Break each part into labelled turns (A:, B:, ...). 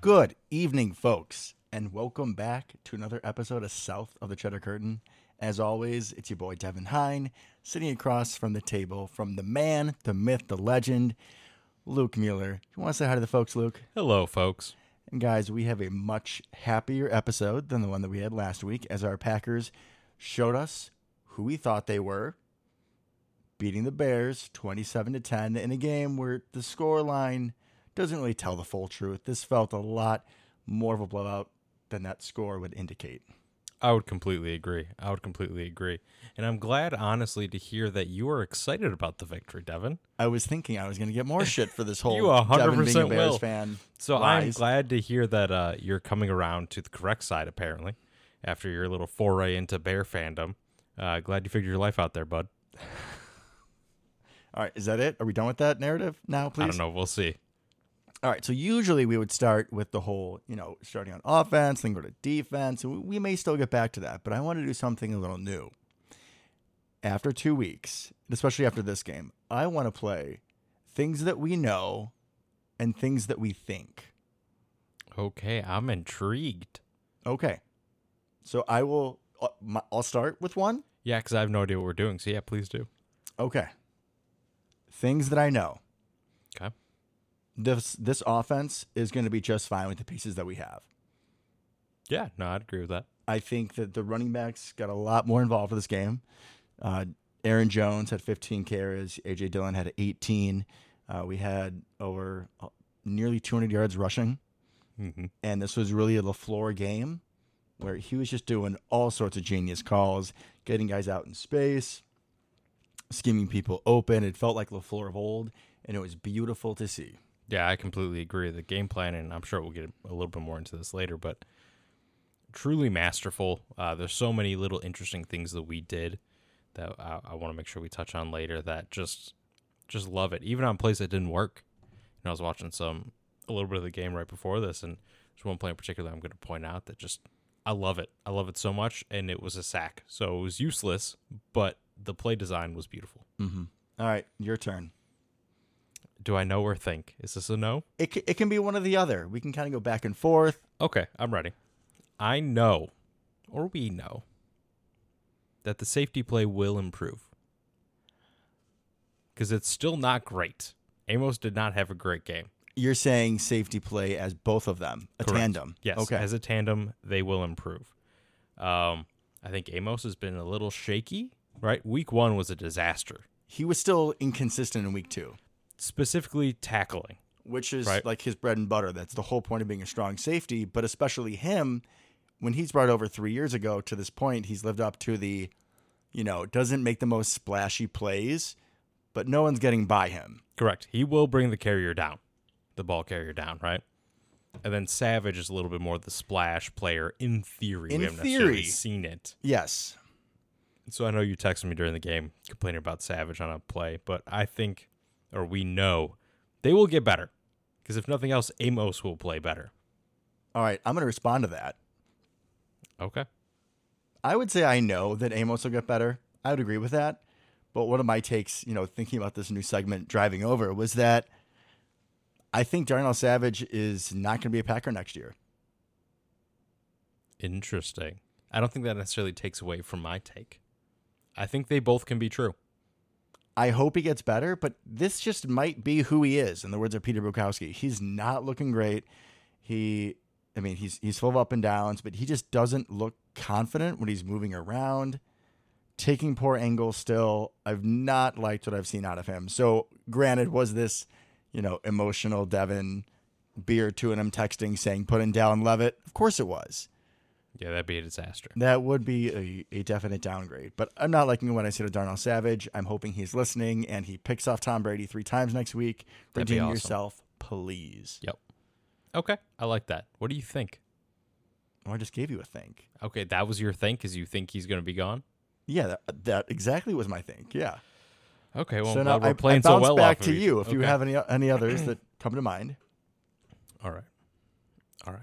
A: Good evening, folks, and welcome back to another episode of South of the Cheddar Curtain. As always, it's your boy Devin Hine, sitting across from the table from the man, the myth, the legend, Luke Mueller. You want to say hi to the folks, Luke?
B: Hello, folks.
A: And guys, we have a much happier episode than the one that we had last week as our Packers showed us who we thought they were, beating the Bears 27 to 10 in a game where the score line doesn't really tell the full truth. This felt a lot more of a blowout than that score would indicate.
B: I would completely agree. I would completely agree. And I'm glad, honestly, to hear that you are excited about the victory, Devin.
A: I was thinking I was going to get more shit for this whole
B: You 100%
A: Devin being a Bears
B: will.
A: fan.
B: So I'm
A: lies.
B: glad to hear that uh, you're coming around to the correct side, apparently, after your little foray into bear fandom. Uh, glad you figured your life out there, bud.
A: All right, is that it? Are we done with that narrative now, please?
B: I don't know. We'll see.
A: All right. So usually we would start with the whole, you know, starting on offense, then go to defense. and We may still get back to that, but I want to do something a little new. After two weeks, especially after this game, I want to play things that we know and things that we think.
B: Okay, I'm intrigued.
A: Okay. So I will, uh, my- I'll start with one.
B: Yeah, because I have no idea what we're doing. So yeah, please do.
A: Okay. Things that I know.
B: Okay.
A: This this offense is going to be just fine with the pieces that we have.
B: Yeah, no, I'd agree with that.
A: I think that the running backs got a lot more involved for this game. Uh, Aaron Jones had 15 carries. AJ Dillon had 18. Uh, we had over uh, nearly 200 yards rushing,
B: hmm
A: and this was really a Lafleur game where he was just doing all sorts of genius calls, getting guys out in space, scheming people open. It felt like Lafleur of old, and it was beautiful to see.
B: Yeah, I completely agree. The game plan, and I'm sure we'll get a little bit more into this later, but truly masterful. Uh, there's so many little interesting things that we did that I, I want to make sure we touch on later. That just, just love it. Even on plays that didn't work. And I was watching some a little bit of the game right before this, and there's one play in particular I'm going to point out that just I love it. I love it so much, and it was a sack, so it was useless, but the play design was beautiful.
A: All right, your turn.
B: Do I know or think? Is this a no?
A: It, ca- it can be one or the other. We can kind of go back and forth.
B: Okay, I'm ready. I know, or we know, that the safety play will improve. Because it's still not great. Amos did not have a great game.
A: You're saying safety play as both of them, a
B: Correct.
A: tandem.
B: Yes.
A: Okay.
B: As a tandem, they will improve. Um, I think Amos has been a little shaky, right? Week one was a disaster,
A: he was still inconsistent in week two,
B: specifically tackling.
A: which is
B: Right.
A: like his bread and butter. That's the whole point of being a strong safety, but especially him, when he's brought over three years ago to this point, he's lived up to the, you know, doesn't make the most splashy plays, but no one's getting by him.
B: Correct. He will bring the carrier down, the ball carrier down, right? And then Savage is a little bit more the splash player in theory.
A: In
B: we haven't necessarily
A: theory.
B: seen it.
A: Yes.
B: So I know you texted me during the game complaining about Savage on a play, but I think, or we know, they will get better. Because if nothing else, Amos will play better.
A: All right. I'm going to respond to that.
B: Okay.
A: I would say I know that Amos will get better. I would agree with that. But one of my takes, you know, thinking about this new segment driving over was that I think Darnell Savage is not going to be a Packer next year.
B: Interesting. I don't think that necessarily takes away from my take. I think they both can be true.
A: I hope he gets better, but this just might be who he is. In the words of Peter Bukowski, he's not looking great. He, I mean, he's he's full of up and downs, but he just doesn't look confident when he's moving around, taking poor angles. Still, I've not liked what I've seen out of him. So, granted, was this, you know, emotional Devin beer to him texting saying put him down Levitt? Of course it was.
B: Yeah, that'd be a disaster.
A: That would be a, a definite downgrade. But I'm not liking what I see to Darnell Savage. I'm hoping he's listening and he picks off Tom Brady three times next week.
B: That'd be
A: Redeem
B: awesome.
A: yourself, please.
B: Yep. Okay. I like that. What do you think?
A: Oh, I just gave you a think.
B: Okay, that was your thing because you think he's going to be gone.
A: Yeah, that, that exactly was my think. Yeah.
B: Okay, well,
A: so
B: now
A: now I,
B: we're
A: I
B: playing
A: bounce
B: so well
A: back
B: off
A: to
B: of each-
A: you if you
B: okay.
A: have any any others that come to mind.
B: All right, all right.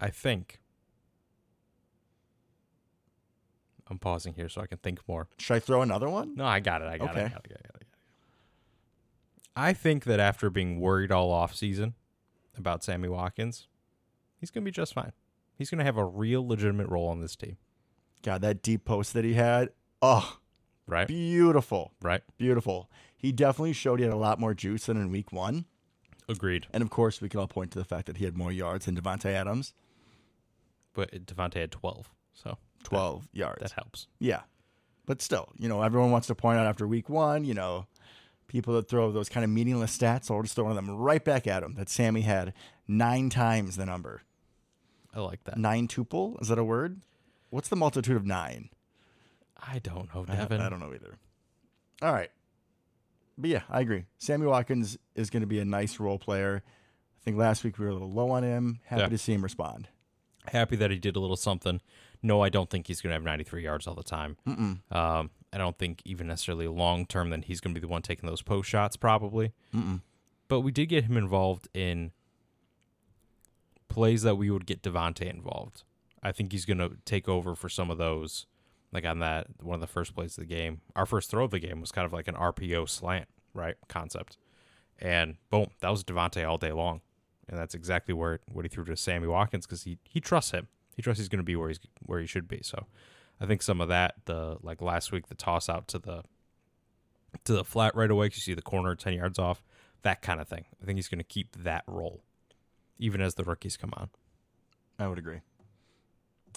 B: I think I'm pausing here so I can think more.
A: Should I throw another one?
B: No, I got it. I got it. I
A: Okay.
B: got it. I got it, I got it. I think that after being worried all offseason about Sammy Watkins, he's going to be just fine. He's going to have a real legitimate role on this team,
A: God, that deep post that he had. Oh,
B: right?
A: beautiful.
B: Right?
A: Beautiful. He definitely showed he had a lot more juice than in week one.
B: Agreed.
A: And of course, we can all point to the fact that he had more yards than Devontae Adams
B: But Devontae had 12, so
A: 12 yards.
B: that helps.
A: Yeah. But still, you know, everyone wants to point out after week one, you know, people that throw those kind of meaningless stats, I'll just throw them right back at him that Sammy had nine times the number.
B: I like that.
A: Nine tuple? Is that a word? What's the multitude of nine?
B: I don't know,
A: I don't-
B: Devin.
A: I don't know either. All right. But yeah, I agree. Sammy Watkins is going to be a nice role player. I think last week we were a little low on him. Happy
B: Yeah.
A: to see him respond.
B: Happy that he did a little something. No, I don't think he's going to have 93 yards all the time.
A: Mm-mm.
B: Um, I don't think even necessarily long term that he's going to be the one taking those post shots, probably.
A: Mm-mm.
B: But we did get him involved in plays that we would get Devontae involved. I think he's going to take over for some of those. Like on that, one of the first plays of the game, our first throw of the game was kind of like an RPO slant, right? Concept. And boom, that was Devontae all day long. And that's exactly where it, what he threw to Sammy Watkins because he, he trusts him. He trusts he's going to be where he's where he should be. So I think some of that, the like last week, the toss out to the to the flat right away 'cause you see the corner ten yards off, that kind of thing. I think he's going to keep that role, even as the rookies come on.
A: I would agree.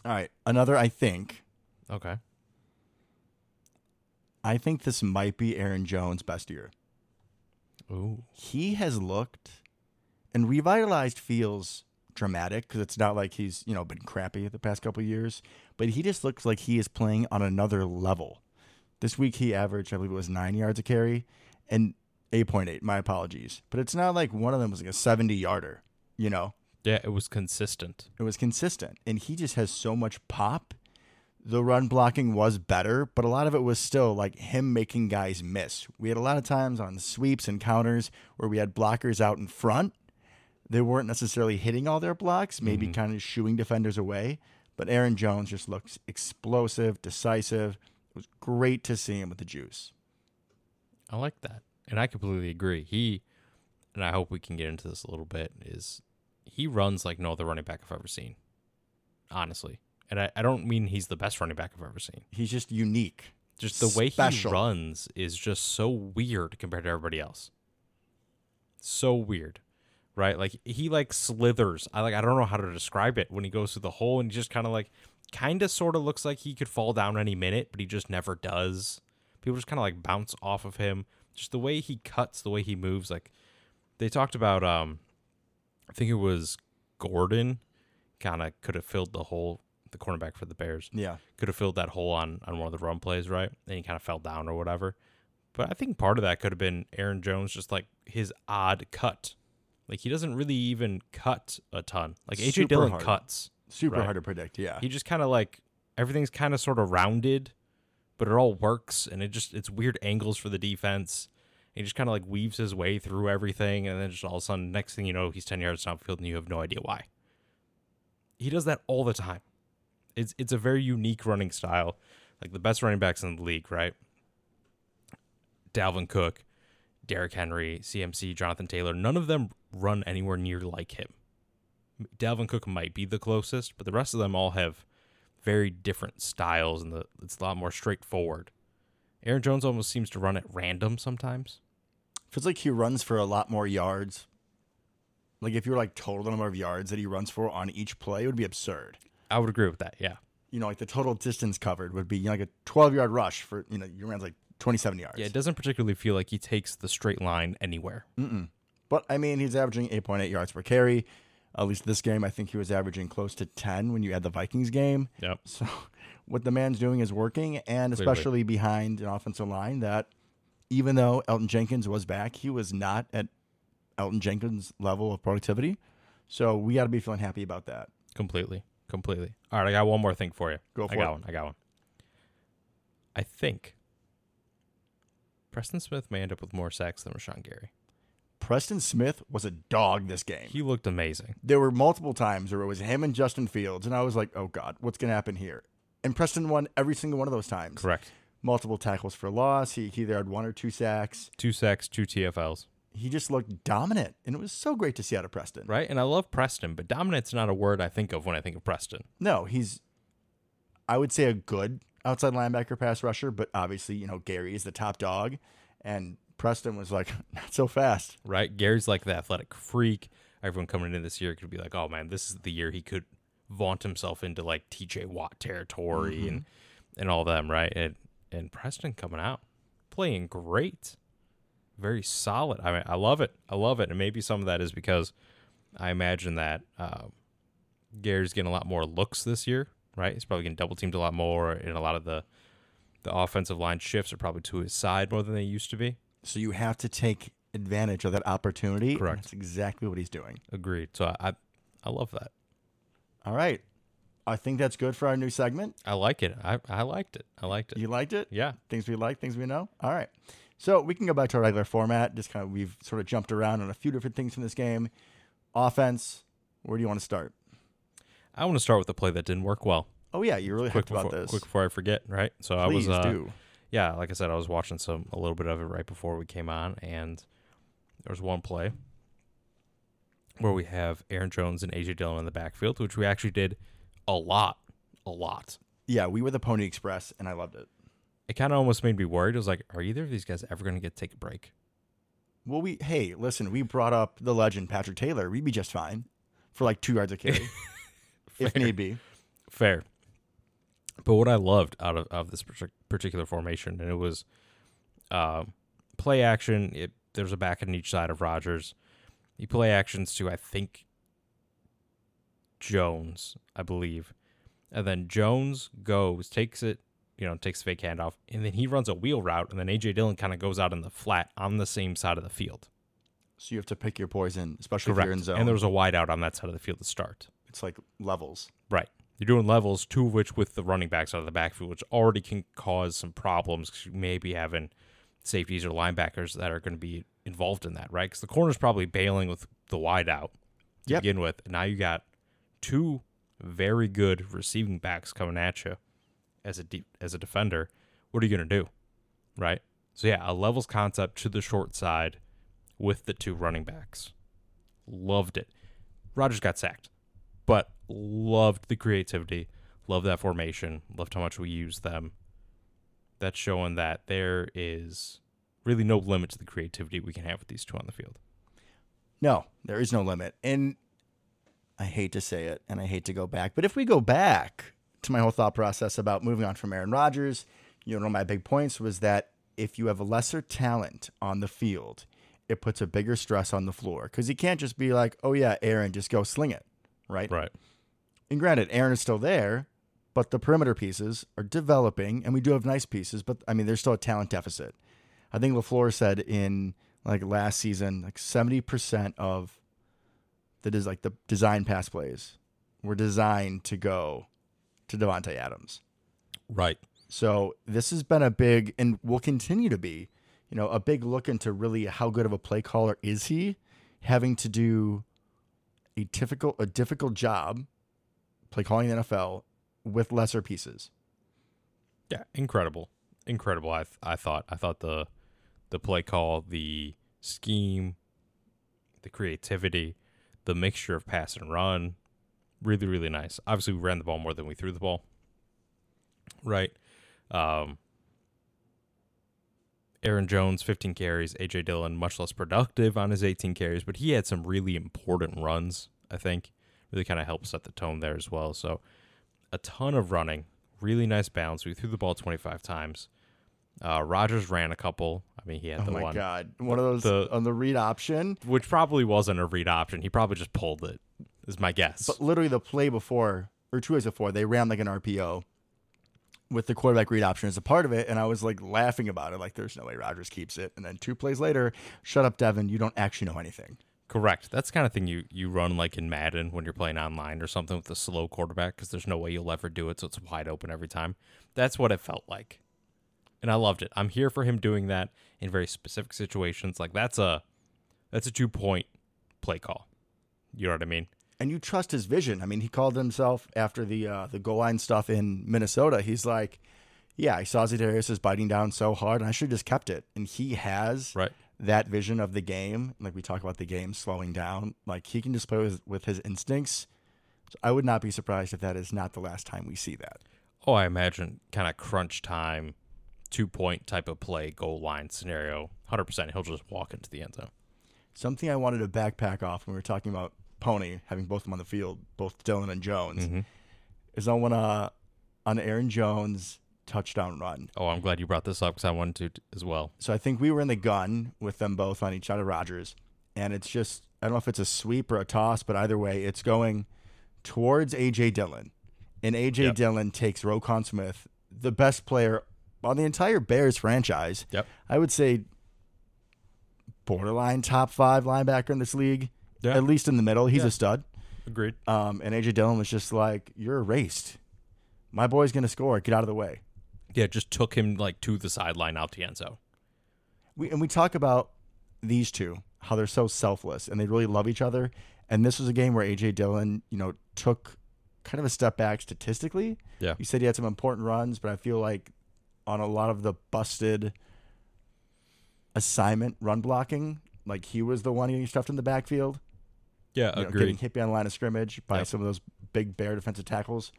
A: All right. Another, I think.
B: Okay,
A: I think this might be Aaron Jones' best year.
B: ooh,
A: he has looked and revitalized feels dramatic because it's not like he's you know been crappy the past couple years but he just looks like he is playing on another level this week he averaged i believe it was nine yards a carry and 8.8 my apologies but it's not like one of them was like a 70 yarder you know
B: yeah, it was consistent.
A: it was consistent and he just has so much pop the run blocking was better but a lot of it was still like him making guys miss we had a lot of times on sweeps and counters where we had blockers out in front they weren't necessarily hitting all their blocks maybe kind of shooing defenders away but aaron jones just looks explosive decisive it was great to see him with the juice
B: I like that, and I completely agree. He, and I hope we can get into this a little bit. Is he runs like no other running back I've ever seen, honestly. And I, I don't mean he's the best running back I've ever seen.
A: he's just unique
B: Just the way
A: Special.
B: he runs is just so weird compared to everybody else. So weird, right? Like he like slithers. I like I don't know how to describe it when he goes through the hole and he just kind of like kind of sort of looks like he could fall down any minute, but he just never does. People just kind of like bounce off of him. Just the way he cuts, the way he moves. Like they talked about, um, I think it was Gordon, kind of could have filled the hole, the cornerback for the Bears
A: yeah
B: could have filled that hole on on one of the run plays, right? And he kind of fell down or whatever. But I think part of that could have been Aaron Jones just like his odd cut. Like he doesn't really even cut a ton. Like AJ
A: Super
B: Dillon
A: hard.
B: cuts.
A: super
B: Right.
A: hard to predict yeah
B: He just kind of like everything's kind of sort of rounded, but it all works and it just it's weird angles for the defense. He just kind of like weaves his way through everything and then just all of a sudden next thing you know he's 10 yards downfield and you have no idea why. He does that all the time. It's it's a very unique running style. Like the best running backs in the league, right? Dalvin Cook, Derrick Henry, CMC, Jonathan Taylor, none of them run anywhere near like him. Dalvin Cook might be the closest, but the rest of them all have very different styles, and the, it's a lot more straightforward. Aaron Jones almost seems to run at random sometimes.
A: feels like he runs for a lot more yards. Like if you were like total number of yards that he runs for on each play, it would be absurd.
B: I would agree with that. Yeah,
A: You know, like the total distance covered would be you know, like a 12 yard rush for you know you ran like 27 yards.
B: yeah. It doesn't particularly feel like he takes the straight line anywhere.
A: Mm. But I mean, he's averaging 8.8 yards per carry. At least this game, I think he was averaging close to 10 when you add the Vikings game.
B: Yep.
A: So what the man's doing is working, and
B: Clearly.
A: especially behind an offensive line that, even though Elton Jenkins was back, he was not at Elton Jenkins' level of productivity. So we got to be feeling happy about that.
B: Completely, completely. All right, I got one more thing for you.
A: Go
B: I
A: for
B: got
A: it.
B: one. I got one. I think Preston Smith may end up with more sacks than Rashawn Gary.
A: Preston Smith was a dog this game.
B: He looked amazing.
A: there were multiple times where it was him and Justin Fields, and I was like, oh God, what's going to happen here? And Preston won every single one of those times.
B: Correct.
A: Multiple tackles for loss. He, he either had one or two sacks.
B: Two sacks, two TFLs.
A: he just looked dominant, and it was so great to see out of Preston.
B: right? And I love Preston, but dominant's not a word I think of when I think of Preston.
A: No, he's, I would say, a good outside linebacker pass rusher, but obviously, you know, Gary is the top dog, and Preston was like, not so fast.
B: right? Gary's like the athletic freak. Everyone coming into this year could be like, oh man, this is the year he could vaunt himself into like TJ Watt territory and and all them, right? And and Preston coming out, playing great, very solid. I mean, I love it. I love it. And maybe some of that is because I imagine that uh, Gary's getting a lot more looks this year, right? He's probably getting double teamed a lot more, and a lot of the the offensive line shifts are probably to his side more than they used to be.
A: So you have to take advantage of that opportunity. and
B: Correct.
A: That's exactly what he's doing.
B: Agreed. So I I, I love that.
A: All right. I think that's good for our new segment.
B: I like it. I, I liked it. I liked it.
A: You liked it?
B: Yeah.
A: Things we like, things we know. All right. So we can go back to our regular format. Just kind of, we've sort of jumped around on a few different things from this game. Offense, where do you want to start?
B: I want to start with the play that didn't work well.
A: Oh, yeah. You really
B: Quick
A: hyped about
B: before,
A: this.
B: quick before I forget, right? So I was
A: Please
B: uh,
A: do.
B: yeah, like I said, I was watching some a little bit of it right before we came on, and there was one play where we have Aaron Jones and AJ Dillon in the backfield, which we actually did a lot, a lot.
A: Yeah. We were the Pony Express, and I loved it.
B: It kind of almost made me worried. I was like, are either of these guys ever going to get to take a break?
A: Well, we, hey, listen, we brought up the legend, Patrick Taylor. We'd be just fine for like two yards a carry, if need be.
B: Fair. But what I loved out of, of this partic- particular formation, and it was uh, play action. It, there's a back on each side of Rogers. You play actions to, I think, Jones, I believe. And then Jones goes, takes it, you know, takes the fake handoff, and then he runs a wheel route, and then A.J. Dillon kind of goes out in the flat on the same side of the field.
A: So you have to pick your poison, especially if you're in zone.
B: And there was a wide out on that side of the field to start.
A: it's like levels.
B: Right. You're doing levels, two of which with the running backs out of the backfield, which already can cause some problems 'cause you may be having safeties or linebackers that are going to be involved in that, right? Because the corner's probably bailing with the wide out to
A: Yep.
B: begin with. And now you got two very good receiving backs coming at you as a deep as a defender. What are you going to do, right? So yeah, a levels concept to the short side with the two running backs. Loved it. Rogers got sacked, but loved the creativity. Loved that formation. Loved how much we used them. That's showing that there is really no limit to the creativity we can have with these two on the field.
A: No, there is no limit. And I hate to say it and I hate to go back, but if we go back to my whole thought process about moving on from Aaron Rodgers, you know, one of my big points was that if you have a lesser talent on the field, it puts a bigger stress on the floor because you can't just be like, oh, yeah, Aaron, just go sling it, right?
B: Right.
A: And granted, Aaron is still there, but the perimeter pieces are developing, and we do have nice pieces, but I mean, there's still a talent deficit. I think LaFleur said in like last season, like 70% of the des- like the design pass plays were designed to go to Devontae Adams.
B: Right.
A: So this has been a big and will continue to be, you know, a big look into really how good of a play caller is he, having to do a difficult a difficult job, play calling in the NFL with lesser pieces.
B: Yeah, incredible, incredible. I th- I thought I thought the the play call, the scheme, the creativity, the mixture of pass and run, really really nice. Obviously, we ran the ball more than we threw the ball, right? Um, Aaron Jones, 15 carries. AJ Dillon, much less productive on his 18 carries, but he had some really important runs. I think really kind of helped set the tone there as well. So a ton of running, really nice balance. We threw the ball 25 times. Uh, Rogers ran a couple. I mean, he had
A: Oh
B: the
A: my
B: one,
A: god. One of those
B: the-
A: on the read option.
B: which probably wasn't a read option. He probably just pulled it. Is my guess.
A: But literally the play before or two days before, they ran like an RPO with the quarterback read option as a part of it, and I was like laughing about it, like there's no way Rodgers keeps it. And then two plays later, shut up, Devin, you don't actually know anything.
B: Correct. That's the kind of thing you you run like in Madden when you're playing online or something with a slow quarterback because there's no way you'll ever do it, so it's wide open every time. That's what it felt like, and I loved it. I'm here for him doing that in very specific situations. Like that's a that's a two point play call. You know what I mean?
A: and you trust his vision. I mean, he called himself after the uh, the goal line stuff in Minnesota. He's like, yeah, I saw Zedarius is biting down so hard, and I should have just kept it. And he has
B: Right.
A: that vision of the game, like we talk about the game slowing down, like he can just play with, with his instincts. So I would not be surprised if that is not the last time we see that.
B: Oh, I imagine kind of crunch time, two point type of play, goal line scenario. 100% he'll just walk into the end zone.
A: Something I wanted to backpack off when we were talking about Pony having both of them on the field, both Dylan and Jones,
B: Mhm.
A: is on when uh, on Aaron Jones touchdown run.
B: Oh, I'm glad you brought this up because I wanted to t- as well.
A: So I think we were in the gun with them both on each side of Rogers, and it's just I don't know if it's a sweep or a toss, but either way, it's going towards AJ Dillon, and AJ
B: Yep.
A: Dillon takes Rokon Smith, the best player on the entire Bears franchise.
B: Yep.
A: I would say borderline top five linebacker in this league,
B: Yeah.
A: at least in the middle. He's
B: Yeah.
A: a stud.
B: Agreed.
A: Um, and AJ Dillon was just like, "You're erased. My boy's gonna score. Get out of the way."
B: Yeah, just took him like to the sideline out the end zone.
A: we and we talk about these two how they're so selfless and they really love each other and this was a game where AJ Dillon you know took kind of a step back statistically
B: Yeah.
A: you said he had some important runs but I feel like on a lot of the busted assignment run blocking like he was the one getting stuffed in the backfield
B: Yeah,
A: you know, getting hit behind the line of scrimmage by
B: Yep.
A: some of those big bear defensive tackles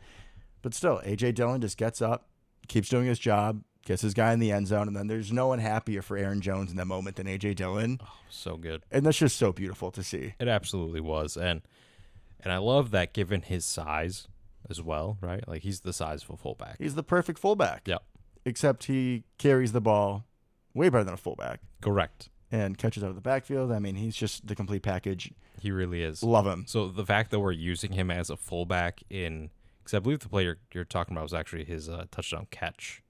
A: but still AJ Dillon just gets up keeps doing his job, gets his guy in the end zone, and then there's no one happier for Aaron Jones in that moment than AJ Dillon.
B: so good.
A: And that's just so beautiful to see.
B: It absolutely was, and and I love that given his size as well, right? Like he's the size of a fullback.
A: He's the perfect fullback.
B: Yep.
A: Except he carries the ball way better than a fullback
B: Correct.
A: and catches out of the backfield. I mean, he's just the complete package.
B: He really is.
A: Love him.
B: So the fact that we're using him as a fullback in, because I believe the player you're talking about was actually his uh, touchdown catch.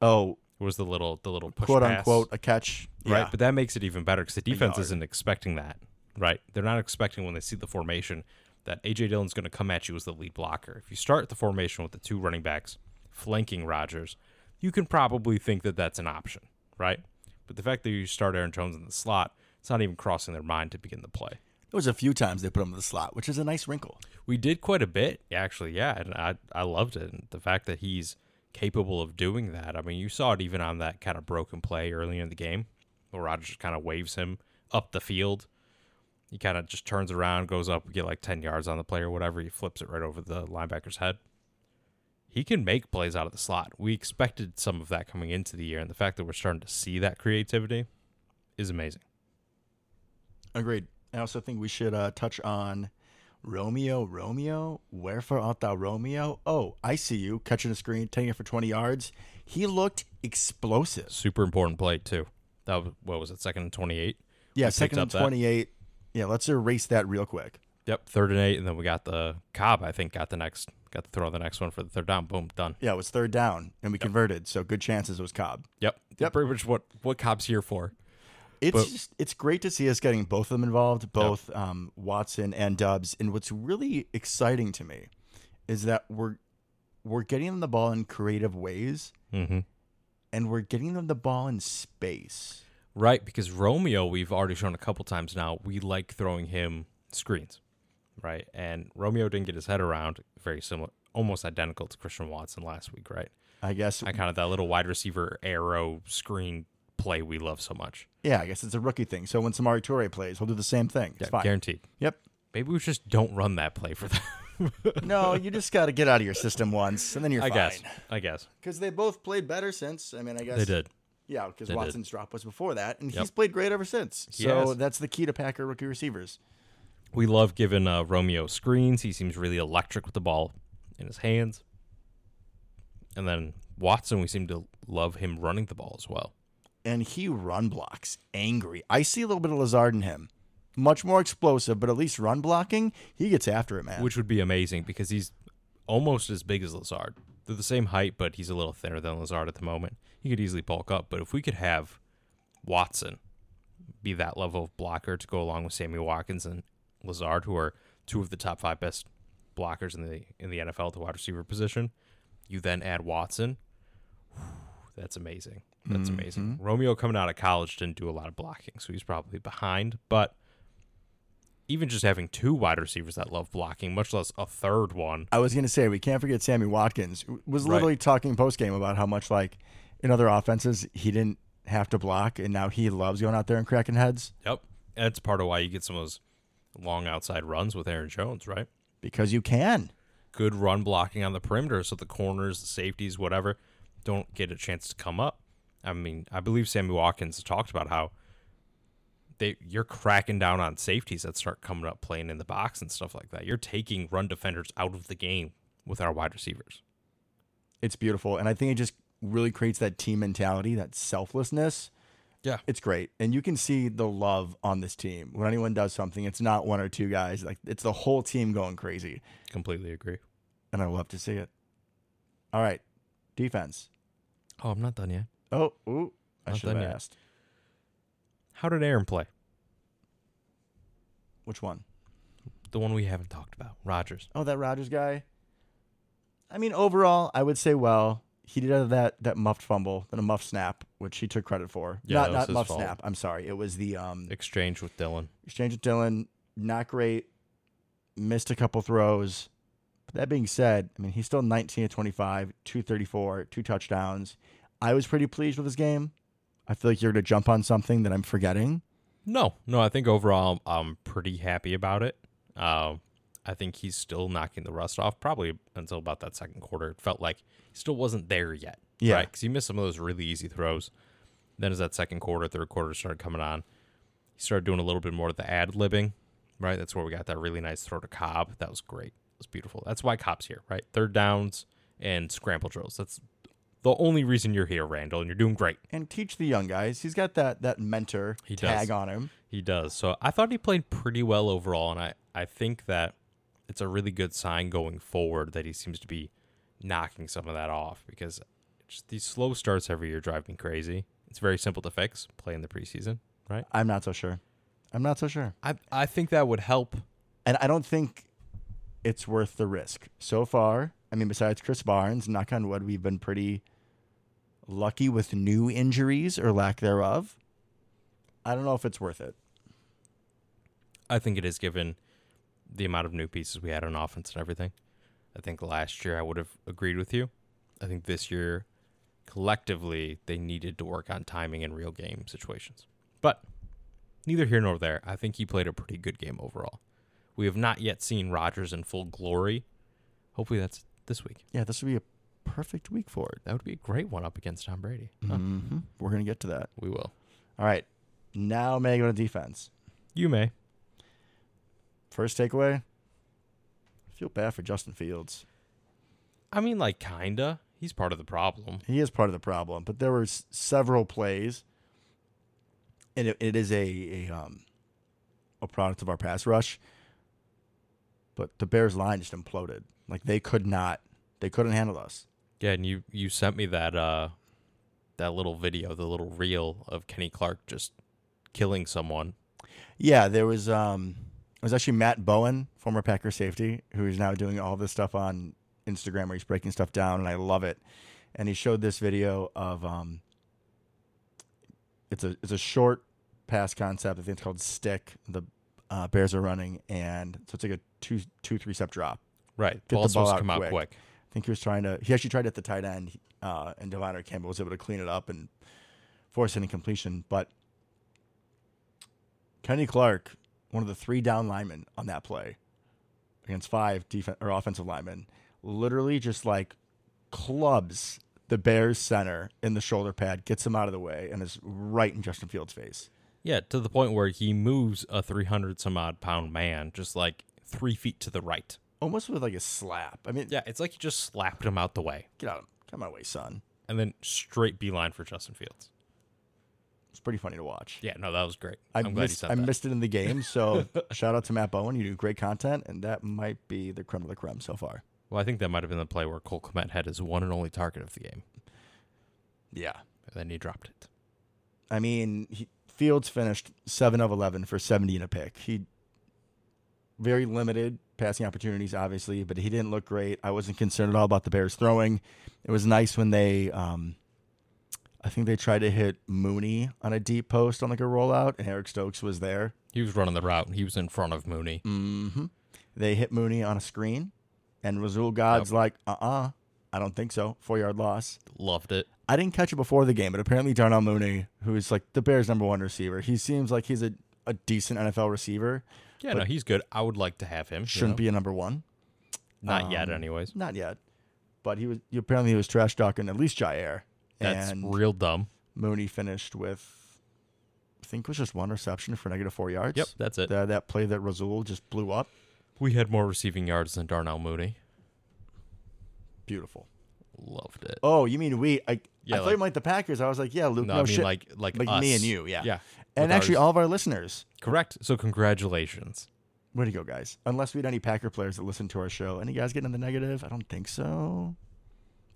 A: Oh,
B: It was the little the little push
A: quote
B: pass,
A: unquote, a catch.
B: right?
A: Yeah.
B: But that makes it even better because the defense
A: yard.
B: isn't expecting that, right? They're not expecting when they see the formation that AJ Dillon's going to come at you as the lead blocker. If you start the formation with the two running backs flanking Rodgers, you can probably think that that's an option, right? But the fact that you start Aaron Jones in the slot, it's not even crossing their mind to begin the play.
A: There was a few times they put him in the slot, which is a nice wrinkle.
B: We did quite a bit, actually. Yeah, and I I loved it. And the fact that he's capable of doing that. I mean, you saw it even on that kind of broken play earlier in the game, where Rodgers just kind of waves him up the field. He kind of just turns around, goes up, we get like ten yards on the play or whatever. He flips it right over the linebacker's head. He can make plays out of the slot. We expected some of that coming into the year, and the fact that we're starting to see that creativity is amazing.
A: Agreed. I also think we should uh, touch on Romeo, Romeo. Wherefore art thou, Romeo? Oh, I see you catching a screen, taking it for 20 yards. He looked explosive.
B: Super important play too. That was what was it, second and twenty eight.
A: Yeah,
B: picked
A: second and
B: up that.
A: 28. Yeah, let's erase that real quick.
B: Yep, third and eight, and then we got the Cobb. I think got the next got to throw the next one for the third down. Boom, done.
A: Yeah, it was third down and we converted. So good chances it was Cobb.
B: Yep,
A: Yep.
B: Pretty much what what Cobb's here for.
A: It's
B: But-
A: just, it's great to see us getting both of them involved, both um, Watson and Dubs. And what's really exciting to me is that we're we're getting them the ball in creative ways
B: Mm-hmm.
A: and we're getting them the ball in space.
B: Right, because Romeo, we've already shown a couple times now, we like throwing him screens, right? And Romeo didn't get his head around. Very similar, almost identical to Christian Watson last week, right?
A: I guess.
B: I kind of that little wide receiver arrow screen play we love so much.
A: yeah, I guess it's a rookie thing. So when Samari Toure plays, he'll do the same thing. It's
B: Yeah,
A: fine.
B: guaranteed.
A: Yep.
B: Maybe we just don't run that play for them.
A: No, you just got to get out of your system once, and then you're
B: I
A: fine.
B: guess. I guess
A: Because they both played better since. I mean, I guess
B: they did.
A: Yeah, because
B: did.
A: Watson's drop was before that, and
B: Yep.
A: he's played great ever since.
B: He
A: so
B: has.
A: that's the key to Packer rookie receivers.
B: We love giving uh, Romeo screens. He seems really electric with the ball in his hands. And then Watson, we seem to love him running the ball as well.
A: And he run blocks angry. I see a little bit of Lazard in him. Much more explosive, but at least run blocking, he gets after it, man.
B: which would be amazing because he's almost as big as Lazard. They're the same height, but he's a little thinner than Lazard at the moment. He could easily bulk up, but if we could have Watson be that level of blocker to go along with Sammy Watkins and Lazard, who are two of the top five best blockers in the in the NFL at the wide receiver position, you then add Watson. That's amazing. That's amazing. Romeo coming out of college didn't do a lot of blocking, so he's probably behind, but even just having two wide receivers that love blocking, much less a third one.
A: I was going to say, we can't forget Sammy Watkins, who was
B: Right.
A: literally talking post game about how much, like, in other offenses, he didn't have to block, and now he loves going out there and cracking heads
B: Yep. That's part of why you get some of those long outside runs with Aaron Jones, right?
A: because you can.
B: Good run blocking on the perimeter so the corners, the safeties, whatever, don't get a chance to come up. I mean, I believe Sammy Watkins talked about how they you're cracking down on safeties that start coming up playing in the box and stuff like that. You're taking run defenders out of the game with our wide receivers.
A: It's beautiful, and I think it just really creates that team mentality, that selflessness.
B: Yeah.
A: It's great, and you can see the love on this team when anyone does something. It's not one or two guys; like it's the whole team going crazy,
B: Completely agree.
A: and I love to see it. All right, defense.
B: Oh, I'm not done yet.
A: Oh, ooh, I
B: Not
A: should have
B: done yet.
A: asked.
B: How did Aaron play?
A: Which one?
B: The one we haven't talked about, Rogers.
A: Oh, that Rogers guy. I mean, overall, I would say well. He did have that that muffed fumble, then a muffed snap, which he took credit for. not
B: Yeah, that was
A: not
B: his
A: muffed
B: fault.
A: snap. I'm sorry. It was the um
B: Exchange with Dylan.
A: exchange with Dylan. Not great. Missed a couple throws. But that being said, I mean, he's still 19 of 25, 234, two touchdowns. I was pretty pleased with his game. I feel like you're going to jump on something that I'm forgetting.
B: No, no, I think overall I'm pretty happy about it. Um, I think he's still knocking the rust off, probably until about that second quarter. It felt like he still wasn't there yet.
A: Yeah.
B: Because he missed some of those really easy throws. Then as that second quarter, third quarter started coming on, he started doing a little bit more of the ad libbing, right? That's where we got that really nice throw to Cobb. That was great. It was beautiful. That's why Cobb's here, right? Third downs and scramble drills. That's the only reason you're here, Randall, and you're doing great.
A: And teach the young guys. He's got that that mentor
B: He does.
A: tag on him.
B: He does. So I thought he played pretty well overall, and I, I think that it's a really good sign going forward that he seems to be knocking some of that off because just these slow starts every year drive me crazy. It's very simple to fix, play in the preseason, right?
A: I'm not so sure. I'm not so sure.
B: I, I think that would help.
A: And I don't think it's worth the risk. So far, I mean, besides Chris Barnes, knock on wood, we've been pretty lucky with new injuries or lack thereof. I don't know if it's worth it.
B: I think it is given the amount of new pieces we had on offense and everything. I think last year I would have agreed with you. I think this year, collectively, they needed to work on timing in real game situations. But neither here nor there, I think he played a pretty good game overall. We have not yet seen Rodgers in full glory. Hopefully, that's this week.
A: Yeah, this would be a perfect week for it.
B: That would be a great one up against Tom Brady. Huh,
A: Mm-hmm. We're going to get to that.
B: We will.
A: All right. Now, may I go to defense.
B: You may.
A: First takeaway I feel bad for Justin Fields.
B: I mean, like, kinda. He's part of the problem.
A: he is part of the problem. But there were s- several plays, and it, it is a, a um a product of our pass rush. But the Bears line just imploded. Like they could not, they couldn't handle us.
B: Yeah, and you you sent me that uh that little video, the little reel of Kenny Clark just killing someone.
A: Yeah, there was um it was actually Matt Bowen, former Packer safety, who is now doing all this stuff on Instagram where he's breaking stuff down and I love it. And he showed this video of um it's a it's a short pass concept. I think it's called stick. The uh, Bears are running and so it's like a two two three step drop.
B: Right.
A: the
B: Ball's
A: ball
B: supposed to
A: out
B: come out
A: quick.
B: quick.
A: I think he was trying to. He actually tried at the tight end, uh, and Devontae Campbell was able to clean it up and force an incompletion. But Kenny Clark, one of the three down linemen on that play against five defense or offensive linemen, literally just like clubs the Bears center in the shoulder pad, gets him out of the way, and is right in Justin Fields' face.
B: Yeah, to the point where he moves a three hundred some odd pound man just like three feet to the right.
A: Almost with like a slap. I mean,
B: Yeah, it's like he just slapped him out the way.
A: get out, come my way, son.
B: And then straight beeline for Justin Fields.
A: It's pretty funny to watch.
B: Yeah, no, that was great.
A: I
B: I'm glad he
A: missed,
B: said
A: I
B: that.
A: missed it in the game. So shout out to Matt Bowen. You do great content, and that might be the creme de la creme so far.
B: well, I think that might have been the play where Cole Clement had his one and only target of the game.
A: Yeah.
B: And then he dropped it.
A: I mean, he, Fields finished 7 of 11 for 70 and a pick. He very limited passing opportunities, obviously, but he didn't look great. I wasn't concerned at all about the Bears throwing. It was nice when they, um, I think they tried to hit Mooney on a deep post on like a rollout, and Eric Stokes was there.
B: He was running the route and he was in front of Mooney.
A: Mm-hmm. They hit Mooney on a "Uh-uh, screen, and Razul God's like, uh uh I don't think so. Four yard loss.
B: Loved it.
A: I didn't catch it before the game, but apparently Darnell Mooney, who is like the Bears' number one receiver, he seems like he's a, a decent NFL receiver.
B: Yeah, no, he's good. I would like to have him. you
A: Shouldn't
B: know?
A: be a number one,
B: Not yet,
A: um,
B: anyways.
A: not yet. But he was he, apparently he was trash talking at least Jair.
B: That's
A: and
B: real dumb.
A: Mooney finished with, I think it was just one reception for negative four yards.
B: Yep, that's it.
A: That, that play that Razul just blew up.
B: we had more receiving yards than Darnell Mooney.
A: Beautiful.
B: Loved it.
A: Oh, you mean we? I,
B: Yeah,
A: I thought
B: like-
A: you meant the Packers. I was like, yeah, Luke.
B: no,
A: No,
B: I mean
A: shit.
B: like like
A: Like me
B: us.
A: and you, yeah.
B: Yeah.
A: and
B: with
A: actually,
B: ours.
A: all of our listeners.
B: correct. So congratulations.
A: Where'd you go, guys? Unless we had any Packer players that listen to our show. Any guys getting in the negative? I don't think so.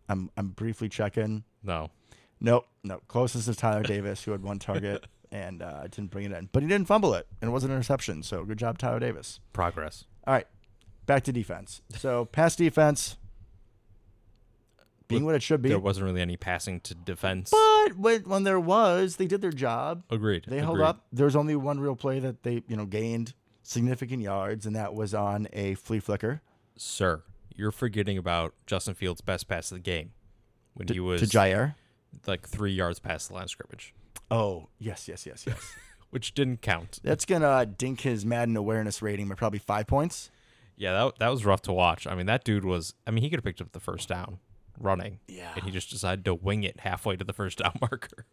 A: I'm I'm briefly checking.
B: No.
A: Nope, nope. Closest is Tyler Davis, who had one target and uh, didn't bring it in, but he didn't fumble it, and it wasn't an interception. So good job, Tyler Davis.
B: Progress.
A: All right, back to defense. So pass defense being what it should be,
B: There wasn't really any passing to defense.
A: but when, when there was, they did their job.
B: Agreed.
A: They held
B: agreed.
A: up. There's only one real play that they you know gained significant yards, and that was on a flea flicker
B: Sir, you're forgetting about Justin Fields' best pass of the game when he was
A: to Jair.
B: like three yards past the line of scrimmage,
A: Oh yes, yes, yes, yes.
B: which didn't count.
A: That's gonna uh, dink his Madden awareness rating by probably five points.
B: Yeah, that, that was rough to watch. I mean, that dude was, I mean, he could have picked up the first down running.
A: Yeah.
B: And he just decided to wing it halfway to the first down marker.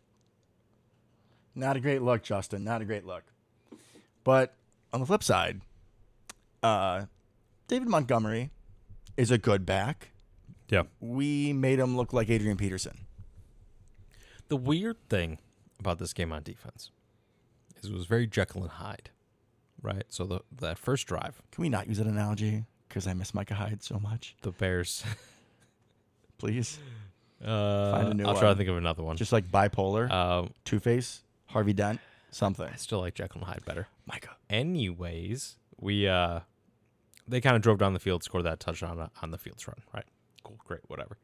A: Not a great look, Justin. Not a great look. But on the flip side, uh, David Montgomery is a good back.
B: Yeah.
A: We made him look like Adrian Peterson.
B: The weird thing about this game on defense is it was very Jekyll and Hyde, right? So the that first drive,
A: Can we not use that analogy? Because I miss Micah Hyde so much.
B: the Bears.
A: Please,
B: Uh,
A: Find a new
B: I'll try to
A: one.
B: think of another one.
A: just like bipolar,
B: um,
A: Two Face, Harvey Dent, something.
B: I still like Jekyll and Hyde better.
A: Micah.
B: Anyways, we uh, they kind of drove down the field, scored that touchdown on- on the field's run, right? Cool, great, whatever.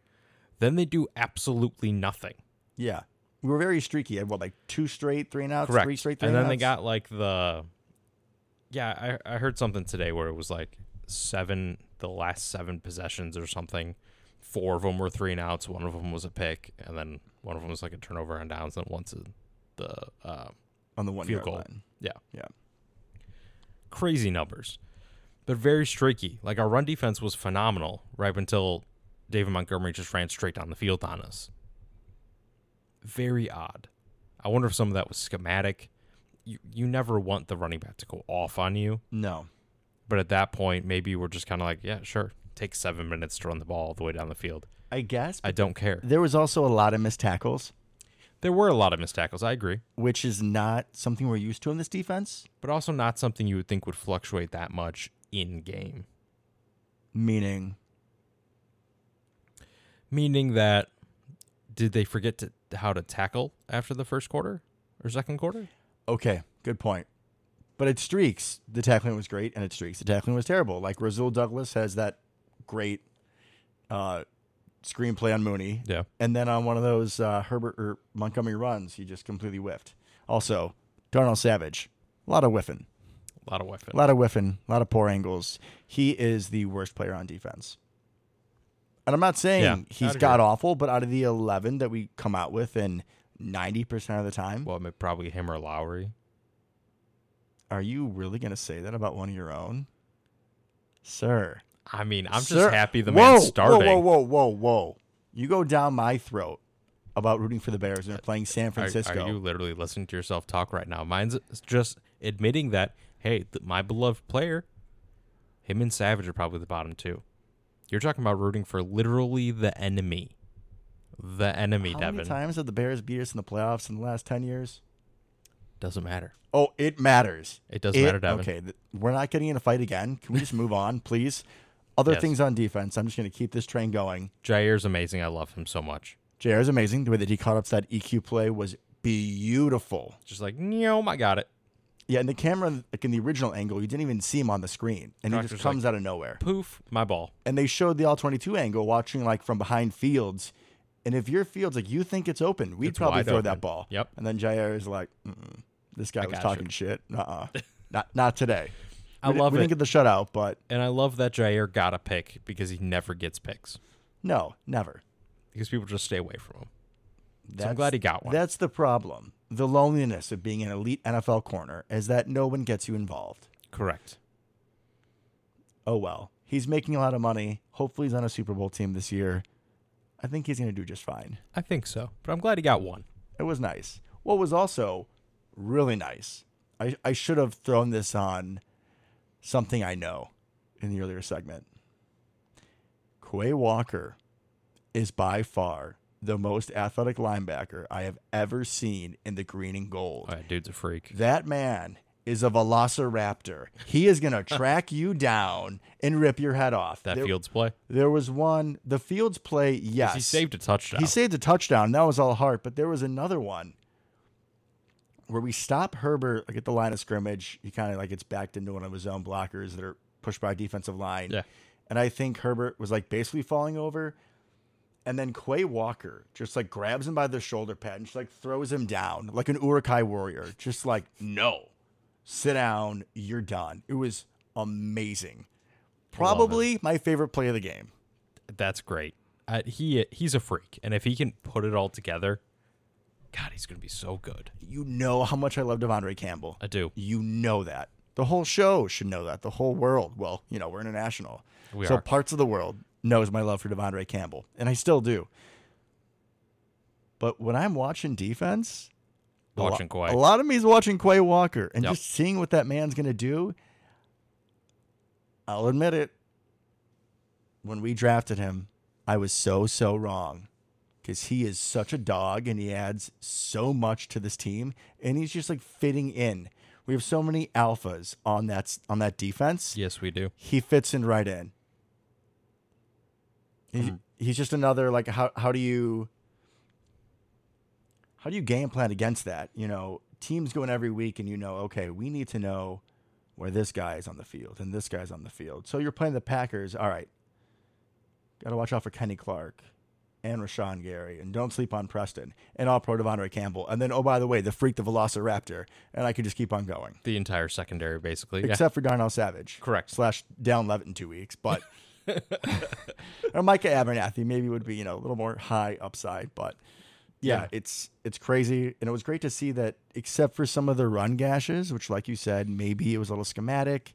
B: Then they do absolutely nothing.
A: Yeah, we were very streaky. I had what, like two straight three and outs,
B: Correct.
A: three straight three
B: and
A: and,
B: then they
A: outs?
B: got like the Yeah, I I heard something today where it was like seven the last seven possessions or something. Four of them were three and outs, one of them was a pick, and then one of them was like a turnover on downs and once a, the uh,
A: on the one
B: field
A: yard
B: goal.
A: line.
B: yeah,
A: Yeah.
B: crazy numbers. But very streaky. Like our run defense was phenomenal right up until David Montgomery just ran straight down the field on us. Very odd. I wonder if some of that was schematic. You you never want the running back to go off on you,
A: No,
B: but at that point maybe we're just kind of like, yeah, sure. Take 7 minutes to run the ball all the way down the field.
A: I guess
B: I don't care.
A: there was also a lot of missed tackles.
B: There were a lot of missed tackles, I agree,
A: which is not something we're used to in this defense.
B: but also not something you would think would fluctuate that much in game.
A: Meaning,
B: meaning that did they forget to how to tackle after the first quarter or second quarter?
A: okay, good point. But it streaks. The tackling was great, and it streaks. The tackling was terrible. Like Razul Douglas has that great uh, screenplay on Mooney,
B: Yeah,
A: and then on one of those uh, Herbert or Montgomery runs, he just completely whiffed. Also, Darnell Savage, a lot of whiffing,
B: a lot of whiffing.
A: a lot of whiffing, a lot of poor angles. He is the worst player on defense. And I'm not saying
B: Yeah,
A: he's
B: I'd
A: god awful, but out of the 11 that we come out with, and 90% of the time,
B: Well, I mean, probably him or Lowry.
A: Are you really going to say that about one of your own? Sir.
B: I mean, I'm
A: Sir-
B: just happy the
A: whoa,
B: man's starting.
A: Whoa, whoa, whoa, whoa, whoa. You go down my throat about rooting for the Bears and they're playing San
B: Uh, Are-
A: Francisco.
B: Are, you literally listening to yourself talk right now? Mine's just admitting that hey, th- my beloved player, him and Savage are probably the bottom two. You're talking about rooting for literally the enemy, the enemy,
A: How many
B: Devin.
A: times have the Bears beat us in the playoffs in the last 10 years?
B: Doesn't matter.
A: Oh, it matters.
B: It doesn't matter, Devin.
A: Okay, th- we're not getting in a fight again. Can we just move on, please? Other
B: Yes.
A: things on defense. I'm just going to keep this train going.
B: Jair's amazing. I love him so much.
A: JR is amazing. The way that he caught up to that EQ play was beautiful.
B: Just like, no, I got it.
A: Yeah, and the camera, like in the original angle, you didn't even see him on the screen, and he just
B: Doctor's
A: comes out of nowhere.
B: Poof, my ball.
A: And they showed the all twenty-two angle, watching like from behind Fields. And if your Fields like you think it's open, we'd
B: It's
A: probably
B: wide
A: throw
B: open.
A: that ball.
B: Yep.
A: And then Jair is like, Mm-mm, "This guy was
B: gotcha.
A: talking shit. Uh-uh. not not today.
B: I
A: we di-
B: love
A: We
B: it.
A: didn't get the shutout, but
B: And I love that Jair got a pick because he never gets picks
A: no, never.
B: because people just stay away from him. so I'm glad he got one.
A: That's the problem. The loneliness of being an elite NFL corner is that no one gets you involved.
B: Correct.
A: Oh well. He's making a lot of money. Hopefully he's on a Super Bowl team this year. I think he's going to do just fine.
B: I think so. But I'm glad he got one.
A: It was nice. What was also really nice. I, I should have thrown this on something I know in the earlier segment. Quay Walker is by far the most athletic linebacker I have ever seen in the green and gold.
B: All right, dude's a freak.
A: That man is a velociraptor. He is going to track you down and rip your head off.
B: That
A: there,
B: Fields play.
A: there was one, the Fields play, yes.
B: He saved a touchdown.
A: He saved a touchdown. That was all heart. But there was another one where we stop Herbert like at the line of scrimmage. He kind of like gets backed into one of his own blockers that are pushed by a defensive line.
B: Yeah.
A: And I think Herbert was like basically falling over. And then Quay Walker just like grabs him by the shoulder pad and just like throws him down like an Urukai warrior. Just like, no, sit down. You're done. It was amazing. Probably my favorite play of the game.
B: That's great. Uh, he he's a freak, and if he can put it all together, God, he's gonna be so good.
A: You know how much I love Devondre Campbell.
B: I do.
A: You know that. The whole show should know that. The whole world. Well, you know, we're international.
B: We
A: so
B: are.
A: parts of the world knows my love for Devondre Campbell, and I still do. But when I'm watching defense, a lo-
B: Watching Kawhi.
A: a lot of me is watching Quay Walker and
B: Yep.
A: just seeing what that man's going to do. I'll admit it. When we drafted him, I was so, so wrong because he is such a dog and he adds so much to this team and he's just like fitting in. We have so many alphas on that s- on that defense.
B: Yes, we do.
A: He fits in right in. He's, he's just another like how how do you how do you game plan against that? You know, teams going every week and you know, okay, we need to know where this guy is on the field and this guy's on the field. So you're playing the Packers, all right. Got to watch out for Kenny Clark and Rashawn Gary, and don't sleep on Preston and all pro Devondre Campbell. And then, oh by the way, the freak, the Velociraptor, and I could just keep on going,
B: The entire secondary, basically. Yeah.
A: except for Darnell Savage,
B: Correct.
A: slash down Levitt in two weeks, but or Micah Abernathy maybe would be you know a little more high upside, but yeah,
B: Yeah.
A: it's it's crazy, and it was great to see that except for some of the run gashes, which like you said, maybe it was a little schematic.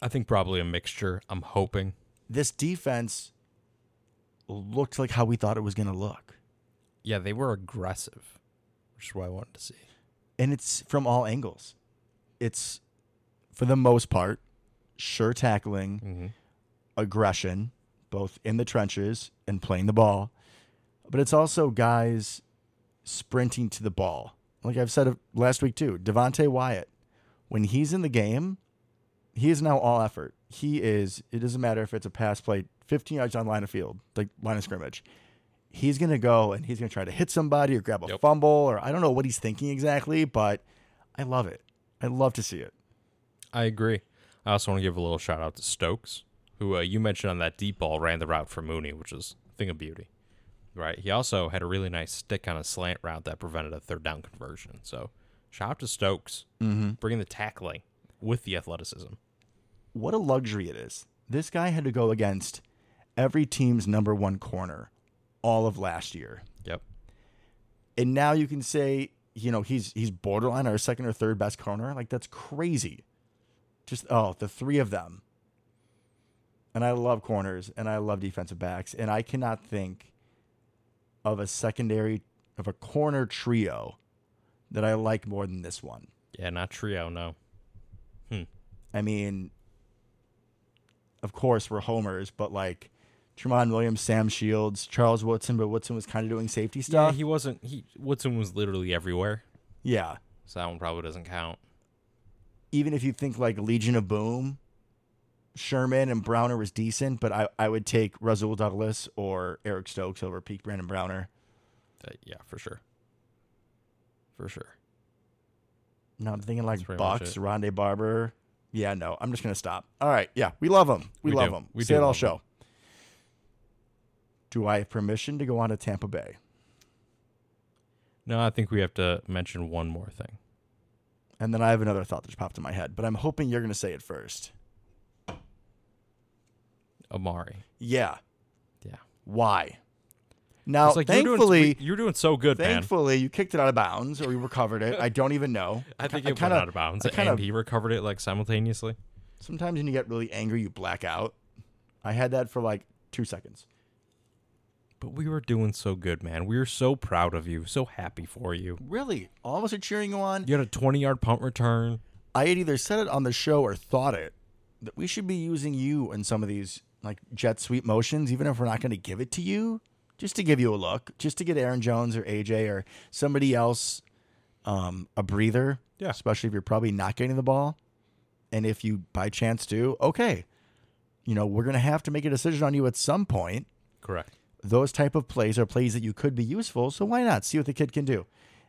B: I think probably a mixture. I'm hoping.
A: This defense looked like how we thought it was going to look,
B: Yeah, they were aggressive, which is what I wanted to see.
A: and it's from all angles. It's for the most part sure tackling,
B: Mm-hmm.
A: aggression, both in the trenches and playing the ball, but it's also guys sprinting to the ball. Like I've said last week too, Devontae Wyatt, when he's in the game, he is now all effort. He is, it doesn't matter if it's a pass play 15 yards on line of field, like line of scrimmage. He's going to go and he's going to try to hit somebody or grab a
B: Yep.
A: fumble or I don't know what he's thinking exactly, but I love it. I love to see it.
B: I agree. I also want to give a little shout out to Stokes, who uh, you mentioned on that deep ball ran the route for Mooney, which is a thing of beauty. Right. He also had a really nice stick on a slant route that prevented a third down conversion. So shout out to Stokes, bringing the tackling with the athleticism.
A: what a luxury it is. This guy had to go against every team's number one corner all of last year.
B: Yep.
A: And now you can say, you know, he's he's borderline our second or third best corner. Like that's crazy. Just oh, the three of them. And I love corners and I love defensive backs. And I cannot think of a secondary of a corner trio that I like more than this one.
B: Yeah, not trio, no.
A: I mean, of course we're homers, but like Tremont Williams, Sam Shields, Charles Woodson, but Woodson was kind of doing safety
B: Yeah,
A: stuff.
B: he wasn't he Woodson was literally everywhere.
A: yeah.
B: So that one probably doesn't count.
A: Even if you think like Legion of Boom, Sherman and Browner was decent, but I, I would take Razul Douglas or Eric Stokes over Peak Brandon Browner.
B: Uh, yeah, for sure. For sure.
A: No, I'm thinking like
B: That's pretty much
A: Bucks,
B: it.
A: Rondé Barber. Yeah, no, I'm just gonna stop. All right, yeah, we love him. We,
B: We
A: love
B: do.
A: him.
B: We
A: Say
B: do
A: it all
B: love him.
A: show. Do I have permission to go on to Tampa Bay?
B: No, I think we have to mention one more thing.
A: And then I have another thought that just popped in my head, but I'm hoping you're going to say it first.
B: Amari.
A: Yeah.
B: Yeah.
A: Why? Now,
B: It's like you're doing-
A: Oh, thankfully,
B: you're doing so good, man.
A: thankfully, you kicked it out of bounds or you recovered it. I don't even know.
B: I think
A: ki-
B: it
A: kinda-
B: went out of bounds,
A: I kinda-
B: and he recovered it like simultaneously.
A: Sometimes when you get really angry, you black out. I had that for like two seconds.
B: But we were doing so good, man. We were so proud of you, so happy for you.
A: Really? All of us are cheering you on.
B: You had a 20 yard punt return.
A: I had either said it on the show or thought it that we should be using you in some of these like jet sweep motions, even if we're not going to give it to you, just to give you a look, just to get Aaron Jones or AJ or somebody else um, a breather.
B: Yeah.
A: Especially if you're probably not getting the ball. And if you by chance do, okay. You know, we're going to have to make a decision on you at some point
B: Correct.
A: those type of plays are plays that you could be useful. So why not see what the kid can do?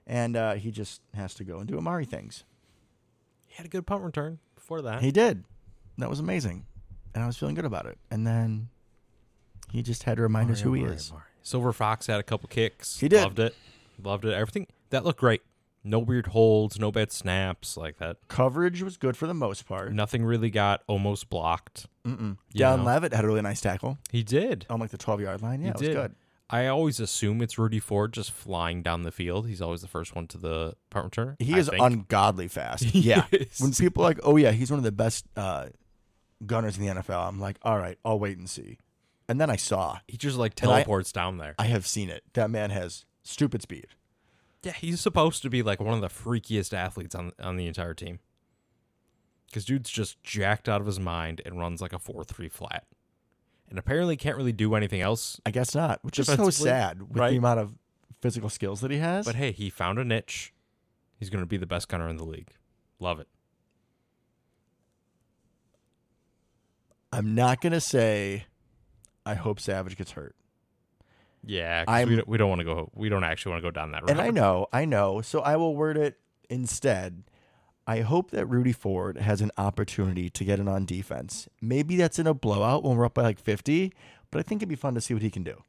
A: And uh, he just has to go and do Amari things.
B: He had a good punt return before that.
A: He did. That was amazing, and I was feeling good about it. And then he just had to remind us who he is.
B: Silver Fox had a couple kicks.
A: He did.
B: Loved it. Loved it. Everything that looked great. No weird holds, no bad snaps like that.
A: Coverage was good for the most part.
B: Nothing really got almost blocked.
A: Mm-mm.
B: You
A: Down
B: know.
A: Levitt had a really nice tackle
B: He did.
A: on like the twelve yard line. Yeah,
B: he
A: it was
B: did.
A: good.
B: I always assume it's Rudy Ford just flying down the field. He's always the first one to the punt return.
A: He
B: I
A: is
B: think.
A: ungodly fast. yeah. When people are like, oh yeah, he's one of the best uh, gunners in the NFL. I'm like, all right, I'll wait and see. And then I saw.
B: he just like
A: And I-
B: teleports down there.
A: I have seen it. That man has stupid speed.
B: Yeah, he's supposed to be like one of the freakiest athletes on on the entire team. Cause dude's just jacked out of his mind and runs like a four three flat, and apparently can't really do anything else.
A: I guess not, which is so
B: Defensively,
A: sad with
B: right?
A: the amount of physical skills that he has.
B: But hey, he found a niche. He's gonna be the best gunner in the league. Love it.
A: I'm not going to say, I hope Savage gets hurt.
B: Yeah, 'cause
A: I'm-
B: we don't, we don't want to go. We don't actually want to go down that road.
A: And I know, I know. So I will word it instead. I hope that Rudy Ford has an opportunity to get it on defense. Maybe that's in a blowout when we're up by like 50, but I think it'd be fun to see what he can do.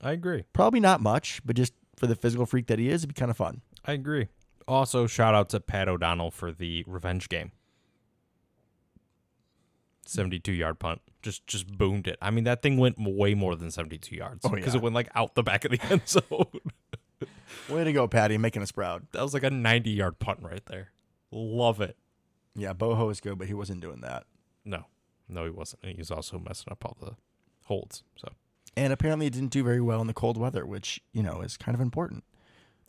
B: I agree.
A: Probably not much, but just for the physical freak that he is, it'd be kind of fun.
B: I agree. Also, shout out to Pat O'Donnell for the revenge game. Seventy-two yard punt, just just boomed it. I mean, that thing went way more than seventy-two yards
A: Oh, yeah.
B: it went like out the back of the end zone.
A: Way to go, Patty, making us proud.
B: that was like a ninety-yard punt right there. Love it.
A: Yeah, Boho is good, but he wasn't doing that.
B: No, no, he wasn't. He was also messing up all the holds. So
A: And apparently, it didn't do very well in the cold weather, which, you know, is kind of important.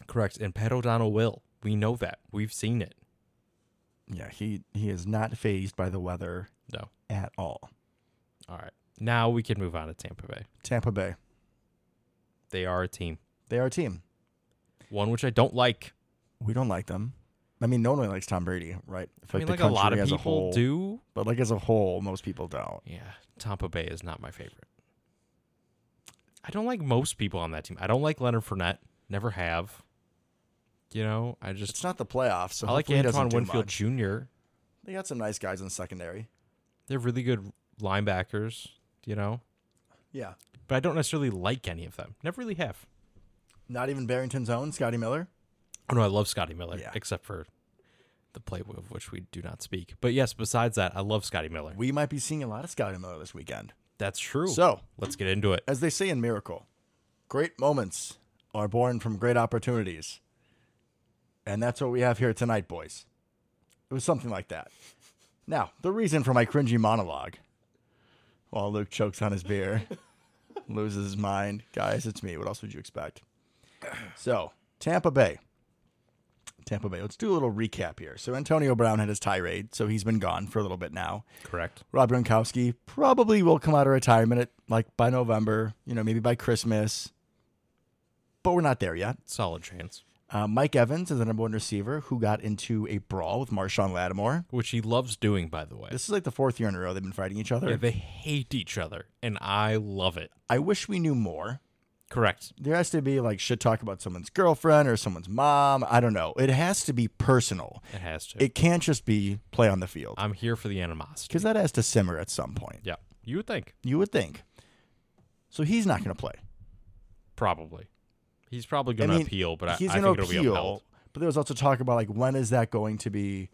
B: correct. And Pat O'Donnell will. We know that. We've seen it.
A: Yeah, he he is not phased by the weather
B: No.
A: at all.
B: All right. Now we can move on to Tampa Bay.
A: Tampa Bay,
B: They are a team.
A: they are a team.
B: One which I don't like.
A: We don't like them. I mean, no one really likes Tom Brady, right?
B: I mean, like a lot of people do.
A: but like as a whole, most people don't.
B: Yeah, Tampa Bay is not my favorite. I don't like most people on that team. I don't like Leonard Fournette. Never have. You know, I just
A: It's not the playoffs, so
B: I like
A: hopefully he
B: Antoine
A: doesn't do
B: Winfield
A: much.
B: Jr.
A: They got some nice guys in the secondary.
B: They're really good linebackers. You know,
A: Yeah,
B: but I don't necessarily like any of them. Never really have.
A: not even Barrington's own Scotty Miller.
B: Oh no, I love Scotty Miller,
A: Yeah.
B: except for the play of which we do not speak. But yes, besides that, I love Scotty Miller.
A: We might be seeing a lot of Scotty Miller this weekend.
B: That's true.
A: So,
B: let's get into it.
A: as they say in Miracle, great moments are born from great opportunities. And that's what we have here tonight, boys. It was something like that. Now, the reason for my cringy monologue while Luke chokes on his beer, loses his mind. Guys, it's me. What else would you expect? So, Tampa Bay. Tampa Bay. Let's do a little recap here. So, Antonio Brown had his tirade, so he's been gone for a little bit now.
B: Correct.
A: Rob Gronkowski probably will come out of retirement at, like by November, you know, maybe by Christmas. But we're not there yet.
B: Solid chance.
A: Uh, Mike Evans is the number one receiver who got into a brawl with Marshawn Lattimore.
B: Which he loves doing, by the way.
A: This is like the fourth year in a row they've been fighting each other.
B: Yeah, they hate each other, and I love it.
A: I wish we knew more.
B: Correct.
A: There has to be like shit talk about someone's girlfriend or someone's mom. I don't know. It has to be personal.
B: It has to.
A: It can't just be play on the field
B: I'm here for the animosity.
A: because that has to simmer at some point.
B: Yeah, you would think
A: You would think. So he's not going to play.
B: probably. He's probably going to appeal, but I,
A: he's
B: I think
A: gonna
B: it'll be upheld.
A: But there was also talk about like when is that going to be,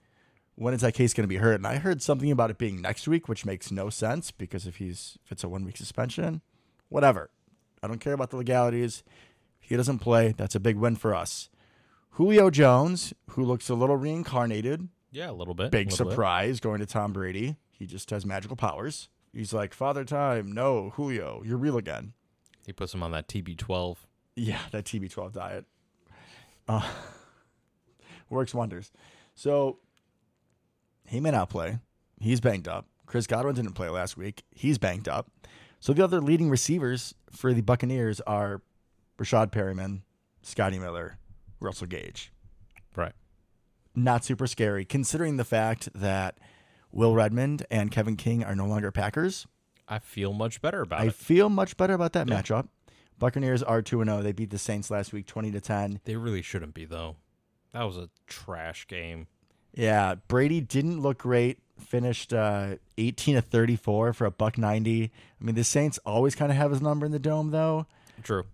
A: when is that case going to be heard? And I heard something about it being next week, which makes no sense because if he's if it's a one week suspension, whatever, I don't care about the legalities. If he doesn't play, that's a big win for us. Julio Jones, who looks a little reincarnated,
B: Yeah, a little bit.
A: big
B: little bit.
A: surprise going to Tom Brady. He just has magical powers. He's like, Father Time, no, Julio, you're real again.
B: He puts him on that TB12.
A: Yeah, that TB12 diet uh, works wonders. So he may not play. He's banged up. Chris Godwin didn't play last week. He's banged up. So the other leading receivers for the Buccaneers are Rashad Perryman, Scotty Miller, Russell Gage.
B: Right.
A: Not super scary, considering the fact that Will Redmond and Kevin King are no longer Packers.
B: I feel much better about
A: I
B: it.
A: feel much better about that matchup. Buccaneers are 2 0. They beat the Saints last week 20 to 10.
B: They really shouldn't be though. That was a trash game.
A: Yeah, Brady didn't look great. Finished uh, 18 to 34 for a buck 90. I mean, the Saints always kind of have his number in the dome, though.
B: True.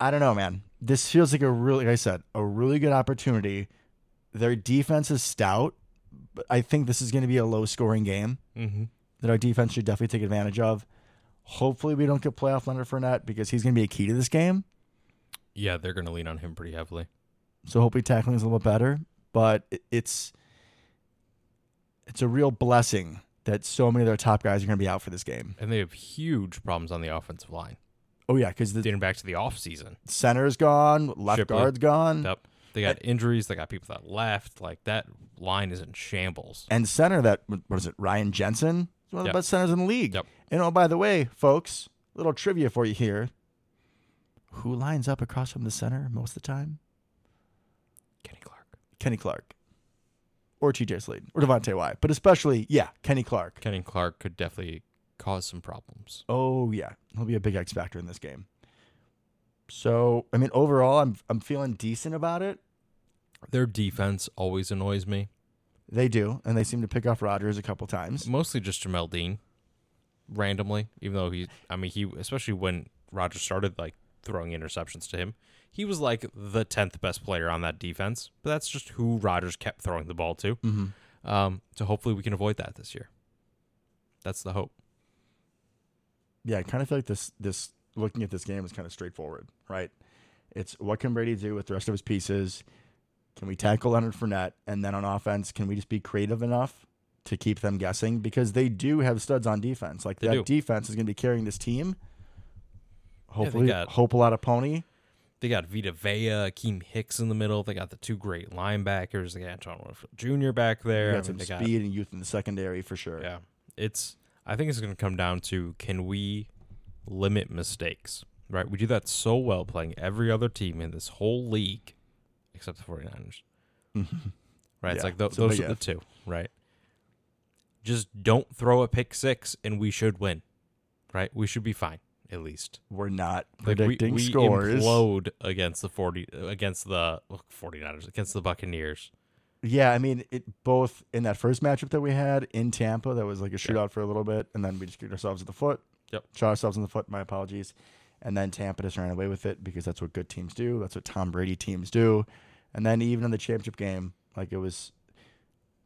A: I don't know, man. This feels like a really, like I said, a really good opportunity. Their defense is stout, but I think this is going to be a low scoring game
B: Mm-hmm.
A: that our defense should definitely take advantage of. Hopefully, we don't get playoff Leonard Fournette because he's going to be a key to this game.
B: Yeah, they're gonna lean on him pretty heavily.
A: So hopefully tackling is a little better, but it- it's it's a real blessing that so many of their top guys are going to be out for this game.
B: And they have huge problems on the offensive line.
A: Oh yeah, because the
B: Dating back to the offseason.
A: center's gone, left
B: Shipley.
A: guard's gone,
B: Yep. They got injuries, they got people that left. Like that line is in shambles.
A: and center that what is it? Ryan Jensen, He's one of the
B: Yep.
A: best centers in the league.
B: Yep.
A: And oh, by the way, folks, little trivia for you here: Who lines up across from the center most of the time?
B: Kenny Clark.
A: Kenny Clark, or T.J. Slade, or Devontae Wyatt, but especially yeah, Kenny Clark.
B: Kenny Clark could definitely cause some problems.
A: Oh yeah, he'll be a big X factor in this game. So I mean, overall, I'm I'm feeling decent about it.
B: Their defense always annoys me.
A: They do, and they seem to pick off Rodgers a couple times.
B: Mostly just Jamel Dean randomly, even though he I mean he especially when Roger started like throwing interceptions to him, he was like the tenth best player on that defense. But that's just who Rogers kept throwing the ball to.
A: Mm-hmm.
B: Um, so hopefully we can avoid that this year. That's the hope.
A: Yeah, I kind of feel like this this looking at this game is kind of straightforward, right? It's what can Brady do with the rest of his pieces? Can we tackle Leonard Fournette, and then on offense, can we just be creative enough to keep them guessing? Because they do have studs on defense. Like
B: They
A: that
B: do.
A: defense is going to be carrying this team.
B: they
A: Hopefully,
B: got-
A: hope a lot of pony.
B: They got Vita Vea, Keem Hicks in the middle. They got the two great linebackers. They got Antoine Winfield Jr. back there.
A: Yeah,
B: I
A: some
B: mean, they got-
A: speed and youth in the secondary for sure.
B: Yeah. It's I think it's gonna come down to can we limit mistakes? Right? We do that so well playing every other team in this whole league except the 49ers. right? it's
A: Yeah,
B: like tho-
A: it's a
B: those
A: big
B: are the
A: if.
B: two, right? Just don't throw a pick six and we should win. Right? We should be fine, at least.
A: We're not
B: Like we-
A: predicting
B: we,
A: scores.
B: implode against the 40 against the look, 49ers against the Buccaneers.
A: Yeah, I mean, it both in that first matchup that we had in Tampa, that was like a shootout for a little bit, and then we just kicked ourselves in the foot.
B: Yep.
A: Shot ourselves in the foot. My apologies. And then Tampa just ran away with it because that's what good teams do. That's what Tom Brady teams do. And then even in the championship game, like it was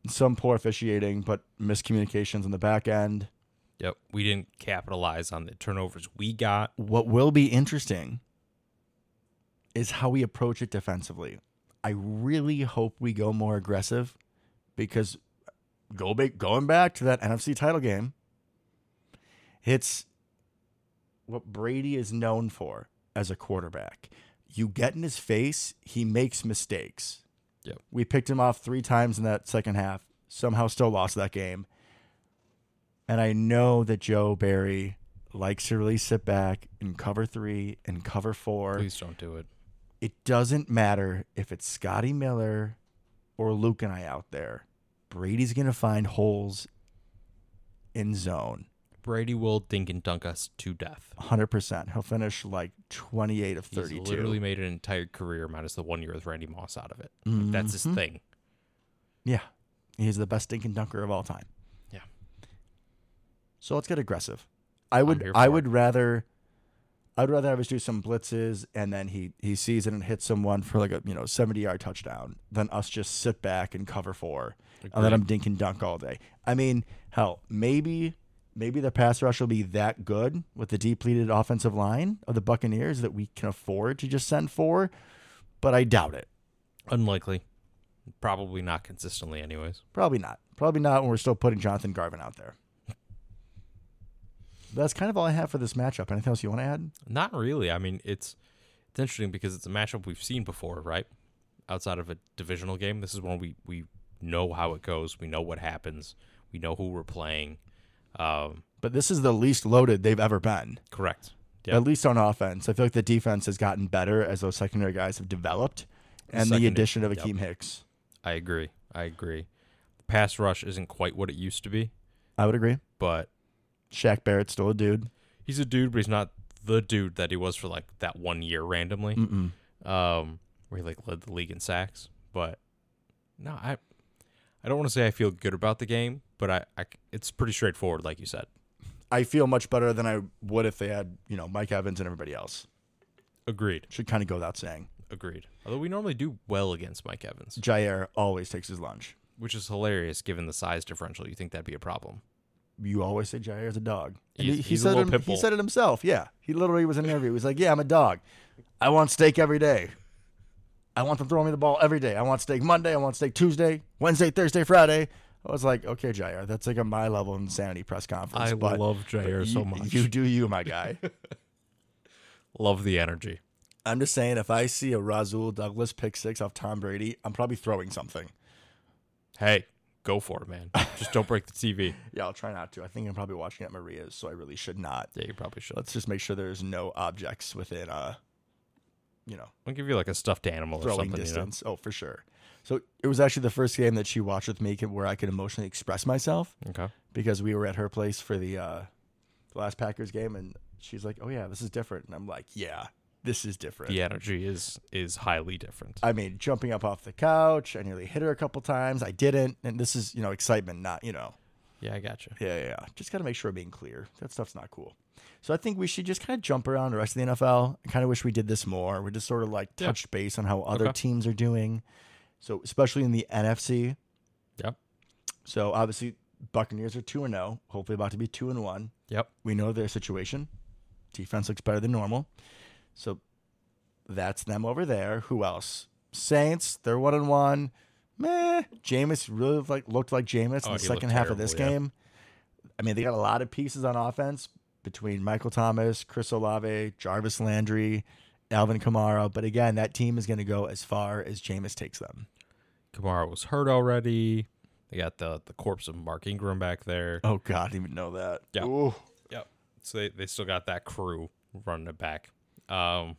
A: some poor officiating, but miscommunications on the back end.
B: Yep. We didn't capitalize on the turnovers we got.
A: What will be interesting is how we approach it defensively. I really hope we go more aggressive because go big, going back to that NFC title game, it's what Brady is known for as a quarterback. You get in his face, he makes mistakes.
B: Yep.
A: We picked him off three times in that second half, somehow still lost that game. And I know that Joe Barry likes to really sit back and cover three and cover four
B: Please don't do it.
A: it doesn't matter if it's Scotty Miller or Luke and I out there. Brady's going to find holes in zone.
B: Brady will dink and dunk us to death.
A: 100%. He'll finish like 28 of
B: He's
A: 32.
B: literally made an entire career minus the one year with Randy Moss out of it. Like, That's his
A: Mhm.
B: thing.
A: Yeah. He's the best dinking dunker of all time.
B: Yeah.
A: So let's get aggressive. I would
B: here
A: I
B: for
A: would rather I'd rather have us do some blitzes and then he he sees it and hits someone for like a you know 70 yard touchdown than us just sit back and cover four and
B: Agreed.
A: let him dink and dunk all day. I mean, hell, maybe maybe the pass rush will be that good with the depleted offensive line of the Buccaneers that we can afford to just send four, but I doubt it.
B: Unlikely. Probably not consistently, anyways.
A: Probably not. Probably not when we're still putting Jonathan Garvin out there. That's kind of all I have for this matchup. Anything else you want to add?
B: Not really. I mean, it's it's interesting because it's a matchup we've seen before, right? Outside of a divisional game, this is one we we know how it goes. We know what happens. We know who we're playing. Um,
A: But this is the least loaded they've ever been,
B: correct.
A: at least on offense. I feel like the defense has gotten better as those secondary guys have developed and the
B: Secondary-
A: addition of
B: yep.
A: Akeem Hicks.
B: I agree. I agree. The pass rush isn't quite what it used to be,
A: I would agree.
B: but
A: Shaq Barrett's still a dude.
B: he's a dude, but he's not the dude that he was for like that one year randomly,
A: Mm-mm.
B: um, where he like led the league in sacks. But no, I I don't want to say I feel good about the game, but I, I c- it's pretty straightforward, like you said.
A: I feel much better than I would if they had, you know, Mike Evans and everybody else.
B: Agreed.
A: Should kind of go without saying.
B: Agreed. Although we normally do well against Mike Evans,
A: Jair always takes his lunch.
B: which is hilarious given the size differential. You think that'd be a problem?
A: You always say Jair's a dog. And
B: He's-
A: he, he
B: he's a
A: said
B: little
A: it,
B: pit
A: he
B: bull.
A: said it himself. Yeah, he literally was in an interview. He was like, "Yeah, I'm a dog. I want steak every day. I want them throwing me the ball every day. I want steak Monday. I want steak Tuesday, Wednesday, Thursday, Friday." I was like, "Okay, Jair, that's like a my level insanity press conference." but
B: love Jair
A: you, You do you, my guy.
B: love the energy.
A: I'm just saying, if I see a Razul Douglas pick six off Tom Brady, I'm probably throwing something.
B: Hey, go for it, man. Just don't break the TV.
A: Yeah, I'll try not to. I think I'm probably watching at Maria's, so I really should not.
B: Yeah, you probably should.
A: Let's just make sure there's no objects within uh you know,
B: I'll give you like a stuffed animal or
A: throwing
B: something. You know?
A: distance. Oh, for sure. So it was actually the first game that she watched with me where I could emotionally express myself
B: Okay.
A: because we were at her place for the uh the last Packers game and she's like, "Oh yeah, this is different." And I'm like, "Yeah, this is different."
B: The energy is is highly different.
A: I mean, jumping up off the couch, I nearly hit her a couple times. I didn't, and this is, you know, excitement, not, you know,
B: yeah, I gotcha.
A: Yeah, yeah, yeah. Just got to make sure we're being clear. That stuff's not cool. So I think we should just kind of jump around the rest of the NFL. I kind of wish we did this more. We just sort of like
B: Yeah.
A: touched base on how other
B: Okay.
A: teams are doing. So especially in the NFC.
B: Yep.
A: So obviously Buccaneers are 2 and 0, hopefully about to be 2 and 1.
B: Yep.
A: We know their situation. Defense looks better than normal. So that's them over there. Who else? Saints, they're 1 and 1. Meh. Jameis really like looked like Jameis in
B: Oh,
A: the
B: he looked
A: second half of
B: terrible,
A: this
B: yeah.
A: game. I mean, they got a lot of pieces on offense between Michael Thomas, Chris Olave, Jarvis Landry, Alvin Kamara. But again, that team is going to go as far as Jameis takes them.
B: Kamara was hurt already. They got the the corpse of Mark Ingram back there.
A: Oh God, I didn't even know that.
B: Yeah.
A: Ooh.
B: Yep. So they, they still got that crew running it back. Um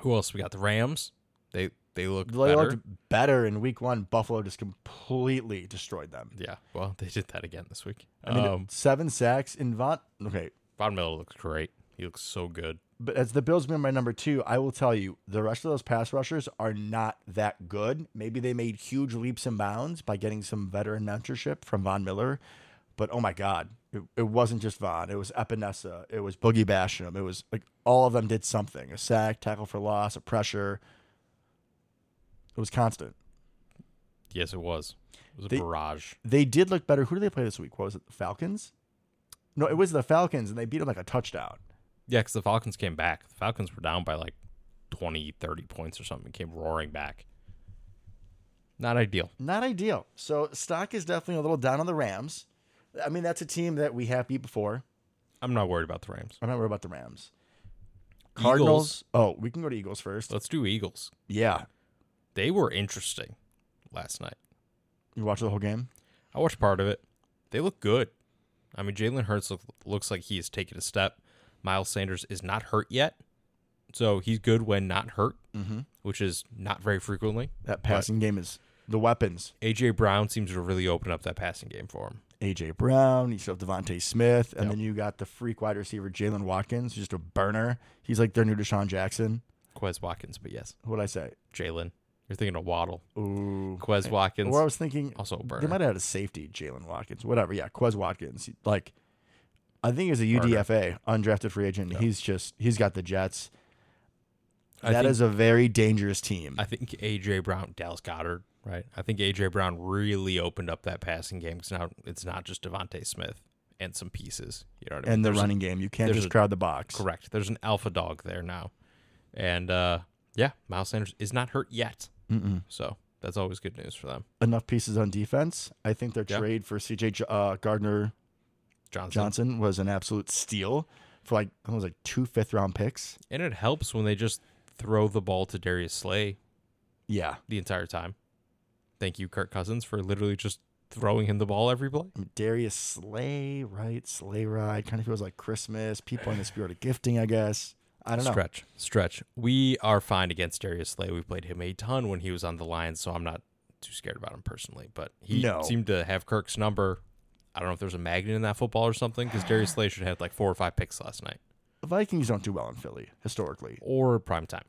B: who else we got? The Rams. They they looked
A: They
B: better.
A: looked better in week one. Buffalo just completely destroyed them.
B: yeah. Well, they did that again this week.
A: I mean,
B: um
A: seven sacks in Von. Okay,
B: Von Miller looks great. He looks so good.
A: but as the Bills being my number two, I will tell you the rest of those pass rushers are not that good. Maybe they made huge leaps and bounds by getting some veteran mentorship from Von Miller, but oh my God, it, it wasn't just Von. It was Epinesa. It was Boogie Basham. It was like all of them did something: a sack, tackle for loss, a pressure. It was constant.
B: Yes, it was. It was a
A: They-
B: barrage.
A: They did look better. Who did they play this week? What was it? The Falcons? No, it was the Falcons, and they beat them like a touchdown.
B: Yeah, because the Falcons came back. The Falcons were down by like 20, 30 points or something, came roaring back. Not ideal.
A: Not ideal. So stock is definitely a little down on the Rams. I mean, that's a team that we have beat before.
B: I'm not worried about the Rams.
A: I'm not worried about the Rams. Cardinals. Oh, we can go to Eagles first.
B: Let's do Eagles.
A: Yeah.
B: They were interesting last night.
A: You watch the whole game?
B: I watched part of it. They look good. I mean, Jalen Hurts look, looks like he has taken a step. Miles Sanders is not hurt yet. So he's good when not hurt,
A: Mm-hmm.
B: which is not very frequently.
A: That passing game is the weapons.
B: A.J. Brown seems to really open up that passing game for him.
A: AJ Brown, you still have Devontae Smith, and
B: Yep.
A: then you got the freak wide receiver Jalen Watkins, who's just a burner. He's like their new Deshaun Jackson.
B: Quez Watkins, but yes,
A: What'd I say?
B: Jalen. You're thinking of Waddle.
A: Ooh.
B: Quez Watkins.
A: Or I was thinking
B: Also a burner.
A: They might have had a safety, Jalen Watkins, whatever. Yeah, Quez Watkins. Like, I think he's a
B: Burner.
A: UDFA, undrafted free agent. He's just he's got the Jets. That
B: I
A: is
B: think,
A: a very dangerous team.
B: I think AJ Brown, Dallas Goddard, right? I think AJ Brown really opened up that passing game because now it's not just Devonte Smith. and some pieces. You know what I mean?
A: and the
B: There's a-
A: running game. You can't
B: there's
A: just
B: a-
A: crowd the box.
B: Correct. There's an alpha dog there now. And uh, yeah, Miles Sanders is not hurt yet.
A: Mm-mm.
B: So that's always good news for them.
A: Enough pieces on defense. I think their
B: Yeah.
A: trade for C.J. J- Uh, Gardner
B: Johnson.
A: Johnson was an absolute steal for like I think it was like two fifth round picks.
B: And it helps when they just throw the ball to Darius Slay
A: Yeah,
B: the entire time. Thank you, Kirk Cousins, for literally just throwing him the ball every play.
A: I mean, Darius Slay, right? Sleigh ride kind of feels like Christmas. People in the spirit of gifting, I guess. I don't know.
B: Stretch, stretch. We are fine against Darius Slay. We played him a ton when he was on the Lions, so I'm not too scared about him personally. But he
A: No.
B: seemed to have Kirk's number. I don't know if there's a magnet in that football or something, because Darius Slay should have had like four or five picks last night
A: The Vikings don't do well in Philly historically.
B: or prime time.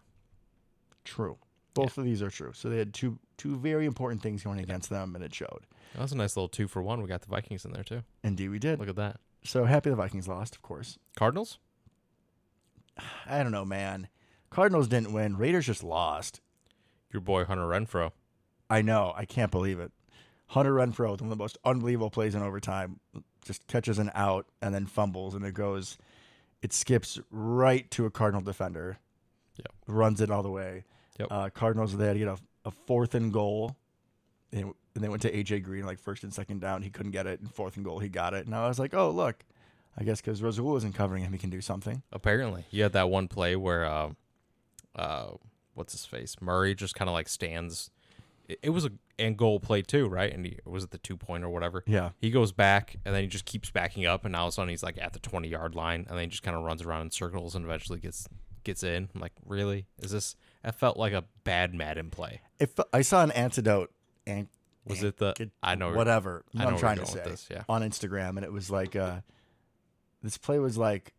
A: True. Both of these are true. So they had two two very important things going against them, and it showed.
B: That was a nice little two for one. We got the Vikings in there too.
A: Indeed, we did.
B: Look at that.
A: So happy the Vikings lost, of course.
B: Cardinals.
A: I don't know, man. Cardinals didn't win. Raiders just lost.
B: Your boy Hunter Renfro.
A: I know. I can't believe it. Hunter Renfro, with one of the most unbelievable plays in overtime, just catches an out and then fumbles, and it goes, it skips right to a Cardinal defender.
B: Yep.
A: Runs it all the way.
B: Yep.
A: Uh, Cardinals, they had to get a, a fourth and goal. And, and they went to AJ Green, like first and second down. He couldn't get it. And fourth and goal, he got it. And I was like, oh, look, I guess because Razul isn't covering him, he can do something.
B: Apparently, you had that one play where, uh, uh, what's his face? Murray just kind of like stands. It, it was a and goal play too, right? And he was it the two point or whatever.
A: Yeah.
B: He goes back and then he just keeps backing up, and all of a sudden he's like at the twenty yard line, and then he just kind of runs around in circles and eventually gets gets in. I'm like, really? Is this? That felt like a bad Madden play.
A: If I saw an antidote and
B: Was it the?
A: Good-
B: I know.
A: whatever you
B: I
A: know what
B: know
A: I'm trying
B: where you're
A: to say
B: going with this, yeah.
A: on Instagram, and it was like uh, this play was like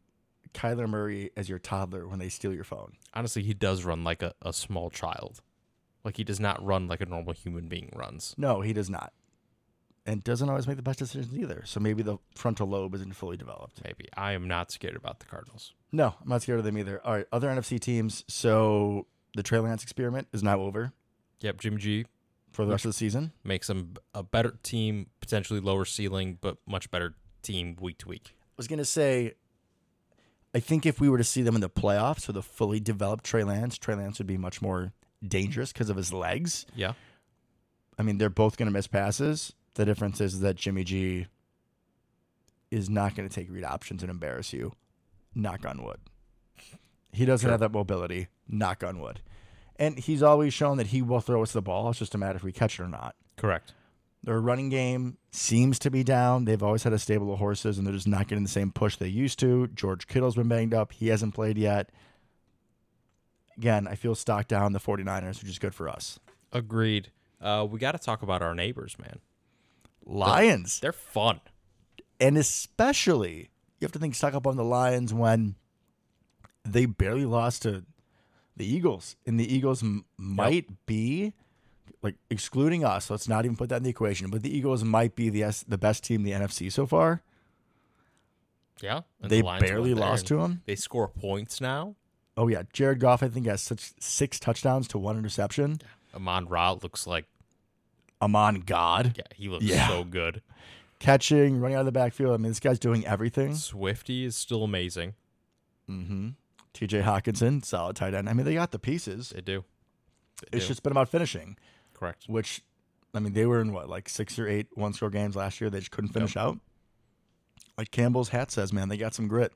A: Kyler Murray as your toddler when they steal your phone.
B: honestly, he does run like a, a small child. Like he does not run like a normal human being runs.
A: No, he does not, and doesn't always make the best decisions either. So maybe the frontal lobe isn't fully developed.
B: Maybe I am not scared about the Cardinals.
A: No, I'm not scared of them either. All right, other NFC teams. So the Trey Lance experiment is now over
B: Yep, Jimmy G
A: for the rest of the season.
B: makes them a better team, potentially lower ceiling, but much better team week to week.
A: I was gonna say, I think if we were to see them in the playoffs with a fully developed Trey Lance, Trey Lance would be much more dangerous because of his legs.
B: Yeah,
A: I mean, they're both going to miss passes. The difference is that Jimmy G is not going to take read options and embarrass you. Knock on wood. He doesn't
B: Sure.
A: have that mobility. Knock on wood. And he's always shown that he will throw us the ball. It's just a matter if we catch it or not.
B: correct.
A: Their running game seems to be down. They've always had a stable of horses, and they're just not getting the same push they used to. George Kittle's been banged up. He hasn't played yet. Again, I feel stock down the 49ers, which is good for us.
B: Agreed. Uh, we got to talk about our neighbors, man.
A: Lions.
B: They're fun.
A: And especially, you have to think stuck up on the Lions when they barely lost to the Eagles. And the Eagles m- might be, like, excluding us, let's not even put that in the equation, but the Eagles might be the, S- the best team in the NFC so far.
B: Yeah, and
A: they
B: the Lions
A: barely
B: went there
A: lost
B: and
A: to them.
B: They score points now.
A: Oh, yeah. Jared Goff, I think, has such six touchdowns to one interception.
B: Amon Ra looks like
A: Amon God.
B: yeah, he looks
A: Yeah.
B: so good.
A: Catching, running out of the backfield. I mean, this guy's doing everything.
B: Swifty is still amazing.
A: Mm-hmm. TJ Hawkinson, solid tight end. I mean, they got the pieces.
B: They do. They
A: It's
B: do.
A: just been about finishing.
B: correct.
A: which I mean, they were in what like six or eight one score games last year. They just couldn't finish out. Like Campbell's hat says, man, they got some grit.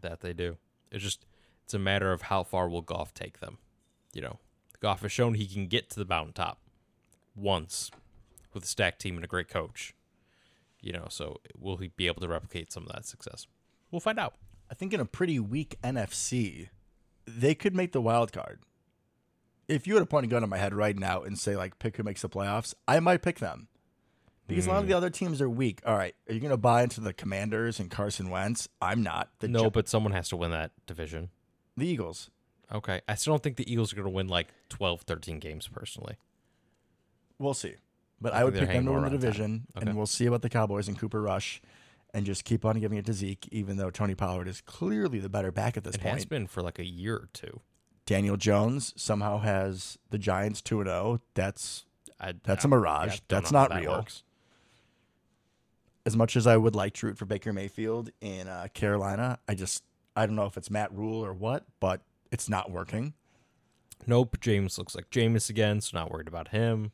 B: That they do. It's just it's a matter of how far will Goff take them. You know, Goff has shown he can get to the mountaintop once with a stacked team and a great coach. You know, so will he be able to replicate some of that success? We'll find out.
A: I think in a pretty weak NFC, they could make the wild card. If you had to point a gun on my head right now and say like pick who makes the playoffs, I might pick them. Because a lot
B: Hmm.
A: of the other teams are weak. All right, are you going to buy into the Commanders and Carson Wentz? I'm not. The
B: no,
A: Gi-
B: but someone has to win that division.
A: the Eagles.
B: Okay. I still don't think the Eagles are going to win like 12, 13 games personally.
A: We'll see. But
B: I
A: I, would
B: think they're
A: pick them to win
B: hanging
A: the
B: more around
A: division,
B: time.
A: and
B: Okay.
A: we'll see about the Cowboys and Cooper Rush, and just keep on giving it to Zeke, even though Tony Pollard is clearly the better back at this
B: It
A: point.
B: has been for like a year or two.
A: Daniel Jones somehow has the Giants two and zero. That's
B: I,
A: That's
B: a
A: a mirage. That's not real. as much as I would like to root for Baker Mayfield in uh, Carolina, I just I don't know if it's Matt Rule or what, but it's not working.
B: Nope. James looks like Jameis again, so not worried about him.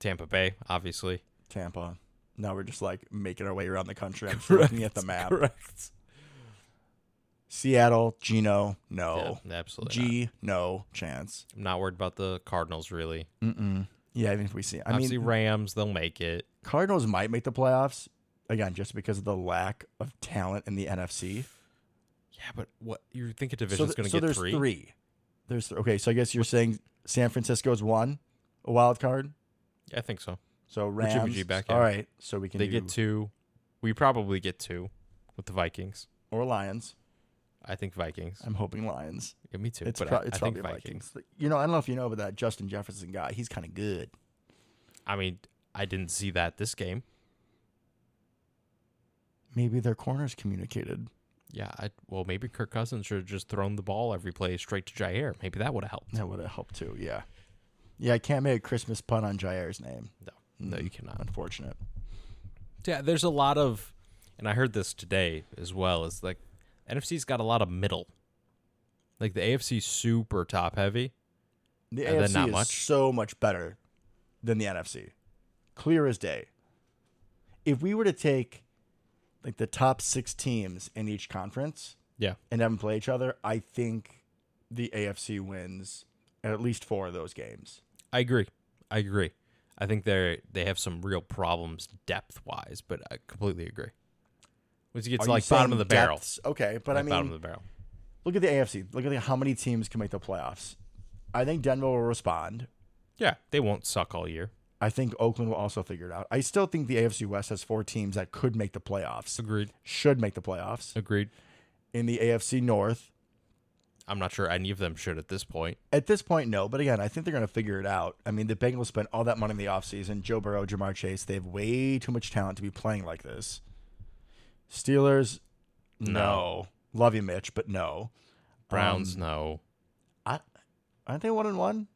B: Tampa Bay, obviously.
A: Tampa. Now we're just like making our way around the country. I'm just looking at the map.
B: Correct.
A: Seattle, Gino, no.
B: Yeah, absolutely. not.
A: G, no chance.
B: I'm not worried about the Cardinals really.
A: Mm-mm. Yeah, even if we see, I
B: obviously
A: mean,
B: Rams, they'll make it.
A: Cardinals might make the playoffs again just because of the lack of talent in the NFC.
B: Yeah, but what you think a division's
A: th-
B: going to get
A: there's
B: three?
A: There's th- okay. So I guess you're saying San Francisco's one, a wild card.
B: Yeah, I think so.
A: So
B: With
A: Rams.
B: Jimmy G back, yeah.
A: All right. So we can
B: they
A: do
B: get two. We probably get two with the Vikings.
A: or Lions.
B: I think Vikings.
A: I'm hoping Lions.
B: Yeah, me too.
A: It's,
B: but
A: pro-
B: I,
A: it's
B: I think
A: probably
B: Vikings.
A: Vikings. You know, I don't know if you know, but that Justin Jefferson guy, he's kind of good.
B: I mean, I didn't see that this game.
A: Maybe their corners communicated.
B: Yeah, I, well, maybe Kirk Cousins should have just thrown the ball every play straight to Jair. Maybe that would have helped.
A: That would have helped too. Yeah. Yeah, I can't make a Christmas pun on Jair's name.
B: No, no, you cannot.
A: Unfortunate.
B: Yeah, there's a lot of, and I heard this today as well. Is like NFC's got a lot of middle. Like the AFC's super top heavy.
A: The
B: And
A: AFC
B: then not
A: is
B: much?
A: so much better than the NFC. Clear as day. If we were to take like the top six teams in each conference
B: Yeah,
A: and have them play each other, I think the AFC wins at least four of those games.
B: I agree. I agree. I think they they have some real problems depth wise, but I completely agree. Once you get
A: Are
B: to
A: you
B: like bottom of
A: saying
B: the barrel,
A: depths? Okay, but I
B: Like, bottom of
A: mean,
B: the barrel.
A: look at the AFC. Look at how many teams can make the playoffs. I think Denver will respond.
B: Yeah, they won't suck all year.
A: I think Oakland will also figure it out. I still think the AFC West has four teams that could make the playoffs,
B: Agreed.
A: should make the playoffs.
B: Agreed.
A: In the AFC North,
B: I'm not sure any of them should at this point.
A: At this point, no. But again, I think they're going to figure it out. I mean, the Bengals spent all that money in the offseason. Joe Burrow, Jamar Chase, they have way too much talent to be playing like this. Steelers, no.
B: No.
A: Love you, Mitch, but no.
B: Browns,
A: Um,
B: no.
A: aren't they one and one?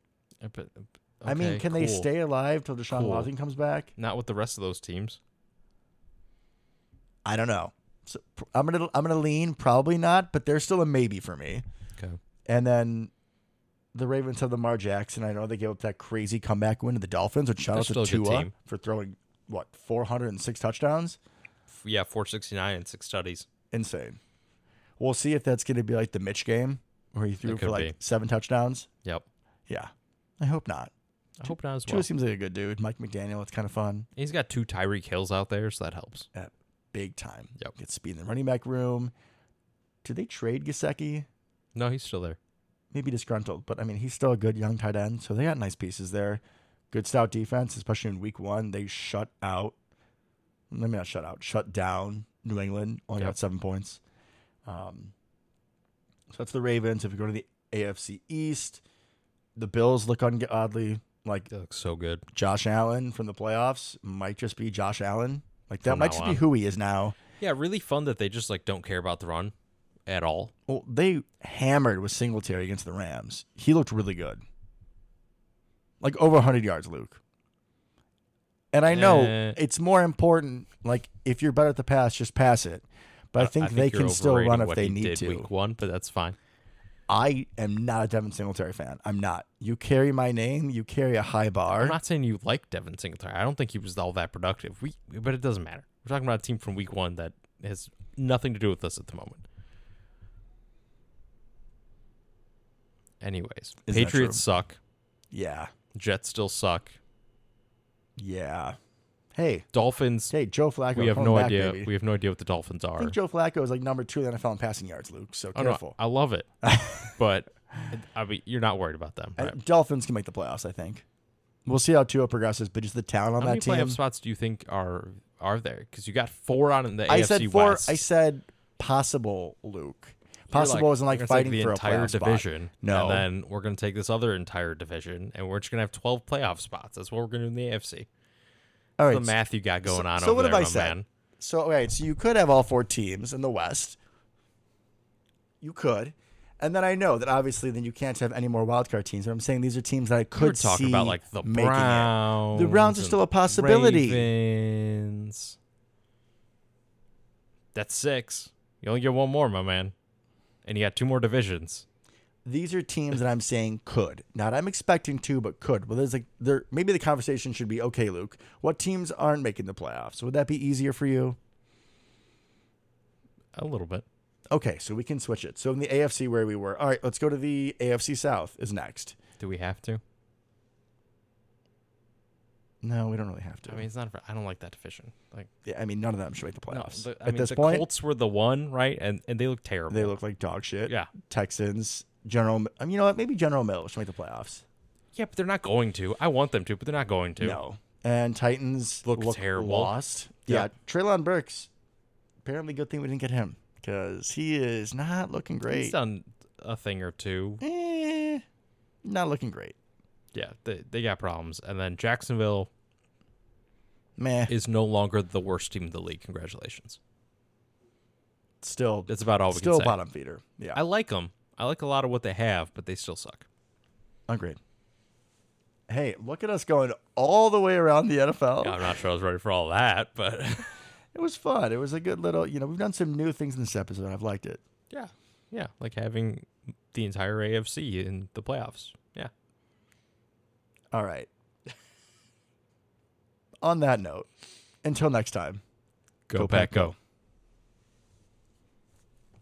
B: Uh, but- uh,
A: I mean,
B: okay,
A: can they
B: cool.
A: stay alive till Deshaun
B: Cool.
A: Watson comes back?
B: Not with the rest of those teams.
A: I don't know. So pr- I'm gonna I'm gonna lean probably not, but they're still a maybe for me.
B: Okay.
A: And then the Ravens have Lamar Jackson. I know they gave up that crazy comeback win to the Dolphins, which shout
B: They're
A: out to
B: still a good
A: Tua
B: team.
A: for throwing what 406 touchdowns.
B: Yeah, 469 and six studies.
A: Insane. We'll see if that's going to be like the Mitch game where he threw
B: It
A: for
B: could
A: like
B: be.
A: seven touchdowns.
B: Yep.
A: Yeah, I hope not.
B: I hope not as
A: Tua
B: well.
A: seems like a good dude. Mike McDaniel, it's kind of fun.
B: He's got two Tyreek Hills out there, so that helps.
A: Big time.
B: Yep.
A: Get speed in the running back room. Did they trade Gasecki?
B: No, he's still there.
A: maybe disgruntled, but I mean, he's still a good young tight end. So they got nice pieces there. Good stout defense, especially in week one. They shut out, maybe not shut out, shut down New England. Only
B: Yep.
A: got seven points. Um, so that's the Ravens. If you go to the AFC East, the Bills look ungodly. Like
B: That looks so good.
A: Josh Allen from the playoffs might just be Josh Allen. Like that
B: From
A: might
B: now
A: just
B: on.
A: be who he is now.
B: Yeah, really fun that they just like don't care about the run at all.
A: Well, they hammered with Singletary against the Rams. He looked really good. Like over 100 yards, Luke. And I know
B: Eh.
A: it's more important, like, if you're better at the pass, just pass it. But I think, they
B: you're
A: can still run
B: overrating
A: if
B: what
A: they
B: he
A: need
B: did
A: to.
B: Week one, but that's fine.
A: I am not a Devin Singletary fan. I'm not. You carry my name, you carry a high bar.
B: I'm not saying you like Devin Singletary. I don't think he was all that productive. We, but it doesn't matter. We're talking about a team from week one that has nothing to do with us at the moment. Anyways,
A: Is that
B: Patriots suck.
A: yeah.
B: Jets still suck.
A: Yeah. Hey,
B: Dolphins.
A: hey, Joe Flacco.
B: we have
A: coming
B: no
A: back,
B: idea.
A: baby.
B: We have no idea what the Dolphins
A: I
B: are.
A: think Joe Flacco is like number two in the NFL in passing yards, Luke. So
B: Oh, no,
A: careful.
B: I love it, but I mean, you're not worried about them.
A: I-
B: Right?
A: Dolphins can make the playoffs, I think. We'll see how Tua progresses, but just the talent on
B: How many
A: that team.
B: playoff spots do you think are are there? Because you got four on in the
A: I
B: AFC
A: said four.
B: West.
A: I said possible, Luke.
B: You're
A: Possible
B: like,
A: isn't like
B: we're gonna take
A: fighting
B: the
A: for
B: entire
A: a playoff
B: division.
A: Spot. No,
B: and then we're going to take this other entire division, and we're just going to have twelve playoff spots. That's what we're going to do in the AFC.
A: all
B: The
A: right. so-
B: math you got going on
A: so
B: over
A: what
B: there,
A: have I
B: my
A: said?
B: man.
A: So all right, so you could have all four teams in the West. You could, and then I know that obviously then you can't have any more wildcard teams. But I'm saying these are teams that I
B: We We're
A: could
B: talking
A: see
B: about like the
A: making it.
B: Browns.
A: The Browns are
B: and
A: still a possibility.
B: Ravens. That's six. You only get one more, my man. And you got two more divisions.
A: These are teams that I'm saying could. Not I'm expecting to, but could. Well, there's like there maybe the conversation should be okay, Luke. What teams aren't making the playoffs? Would that be easier for you?
B: A little bit.
A: Okay, so we can switch it. So in the AFC where we were, all right, let's go to the AFC South is next.
B: Do we have to?
A: No, we don't really have to.
B: I mean, it's not. I don't like that division. Like
A: yeah, I mean none of them should make the playoffs.
B: no, the- I
A: At
B: mean,
A: this
B: the
A: point,
B: Colts were the one, right? And and they look terrible.
A: they look like dog shit.
B: yeah,
A: Texans, General. I mean, you know what? Maybe General Mills should make the playoffs.
B: yeah, but they're not going to. I want them to, but they're not going to.
A: No. And Titans
B: Look
A: look,
B: terrible.
A: lost. Yeah. Traylon Burks. Apparently, good thing we didn't get him because he is not looking
B: he's
A: great.
B: done a thing or two.
A: Eh, not looking great.
B: Yeah, they they got problems. And then Jacksonville
A: Meh.
B: is no longer the worst team in the league. Congratulations.
A: still,
B: That's about all we
A: still
B: can say.
A: bottom feeder. Yeah.
B: I like them. I like a lot of what they have, but they still suck.
A: Agreed. Hey, look at us going all the way around the NFL.
B: Yeah, I'm not sure I was ready for all that, but
A: It was fun. It was a good little, you know, we've done some new things in this episode. I've liked it.
B: yeah, yeah, like having the entire AFC in the playoffs. Yeah,
A: All right. On that note, until next time.
B: go,
A: Go Pack,
B: Pack, go.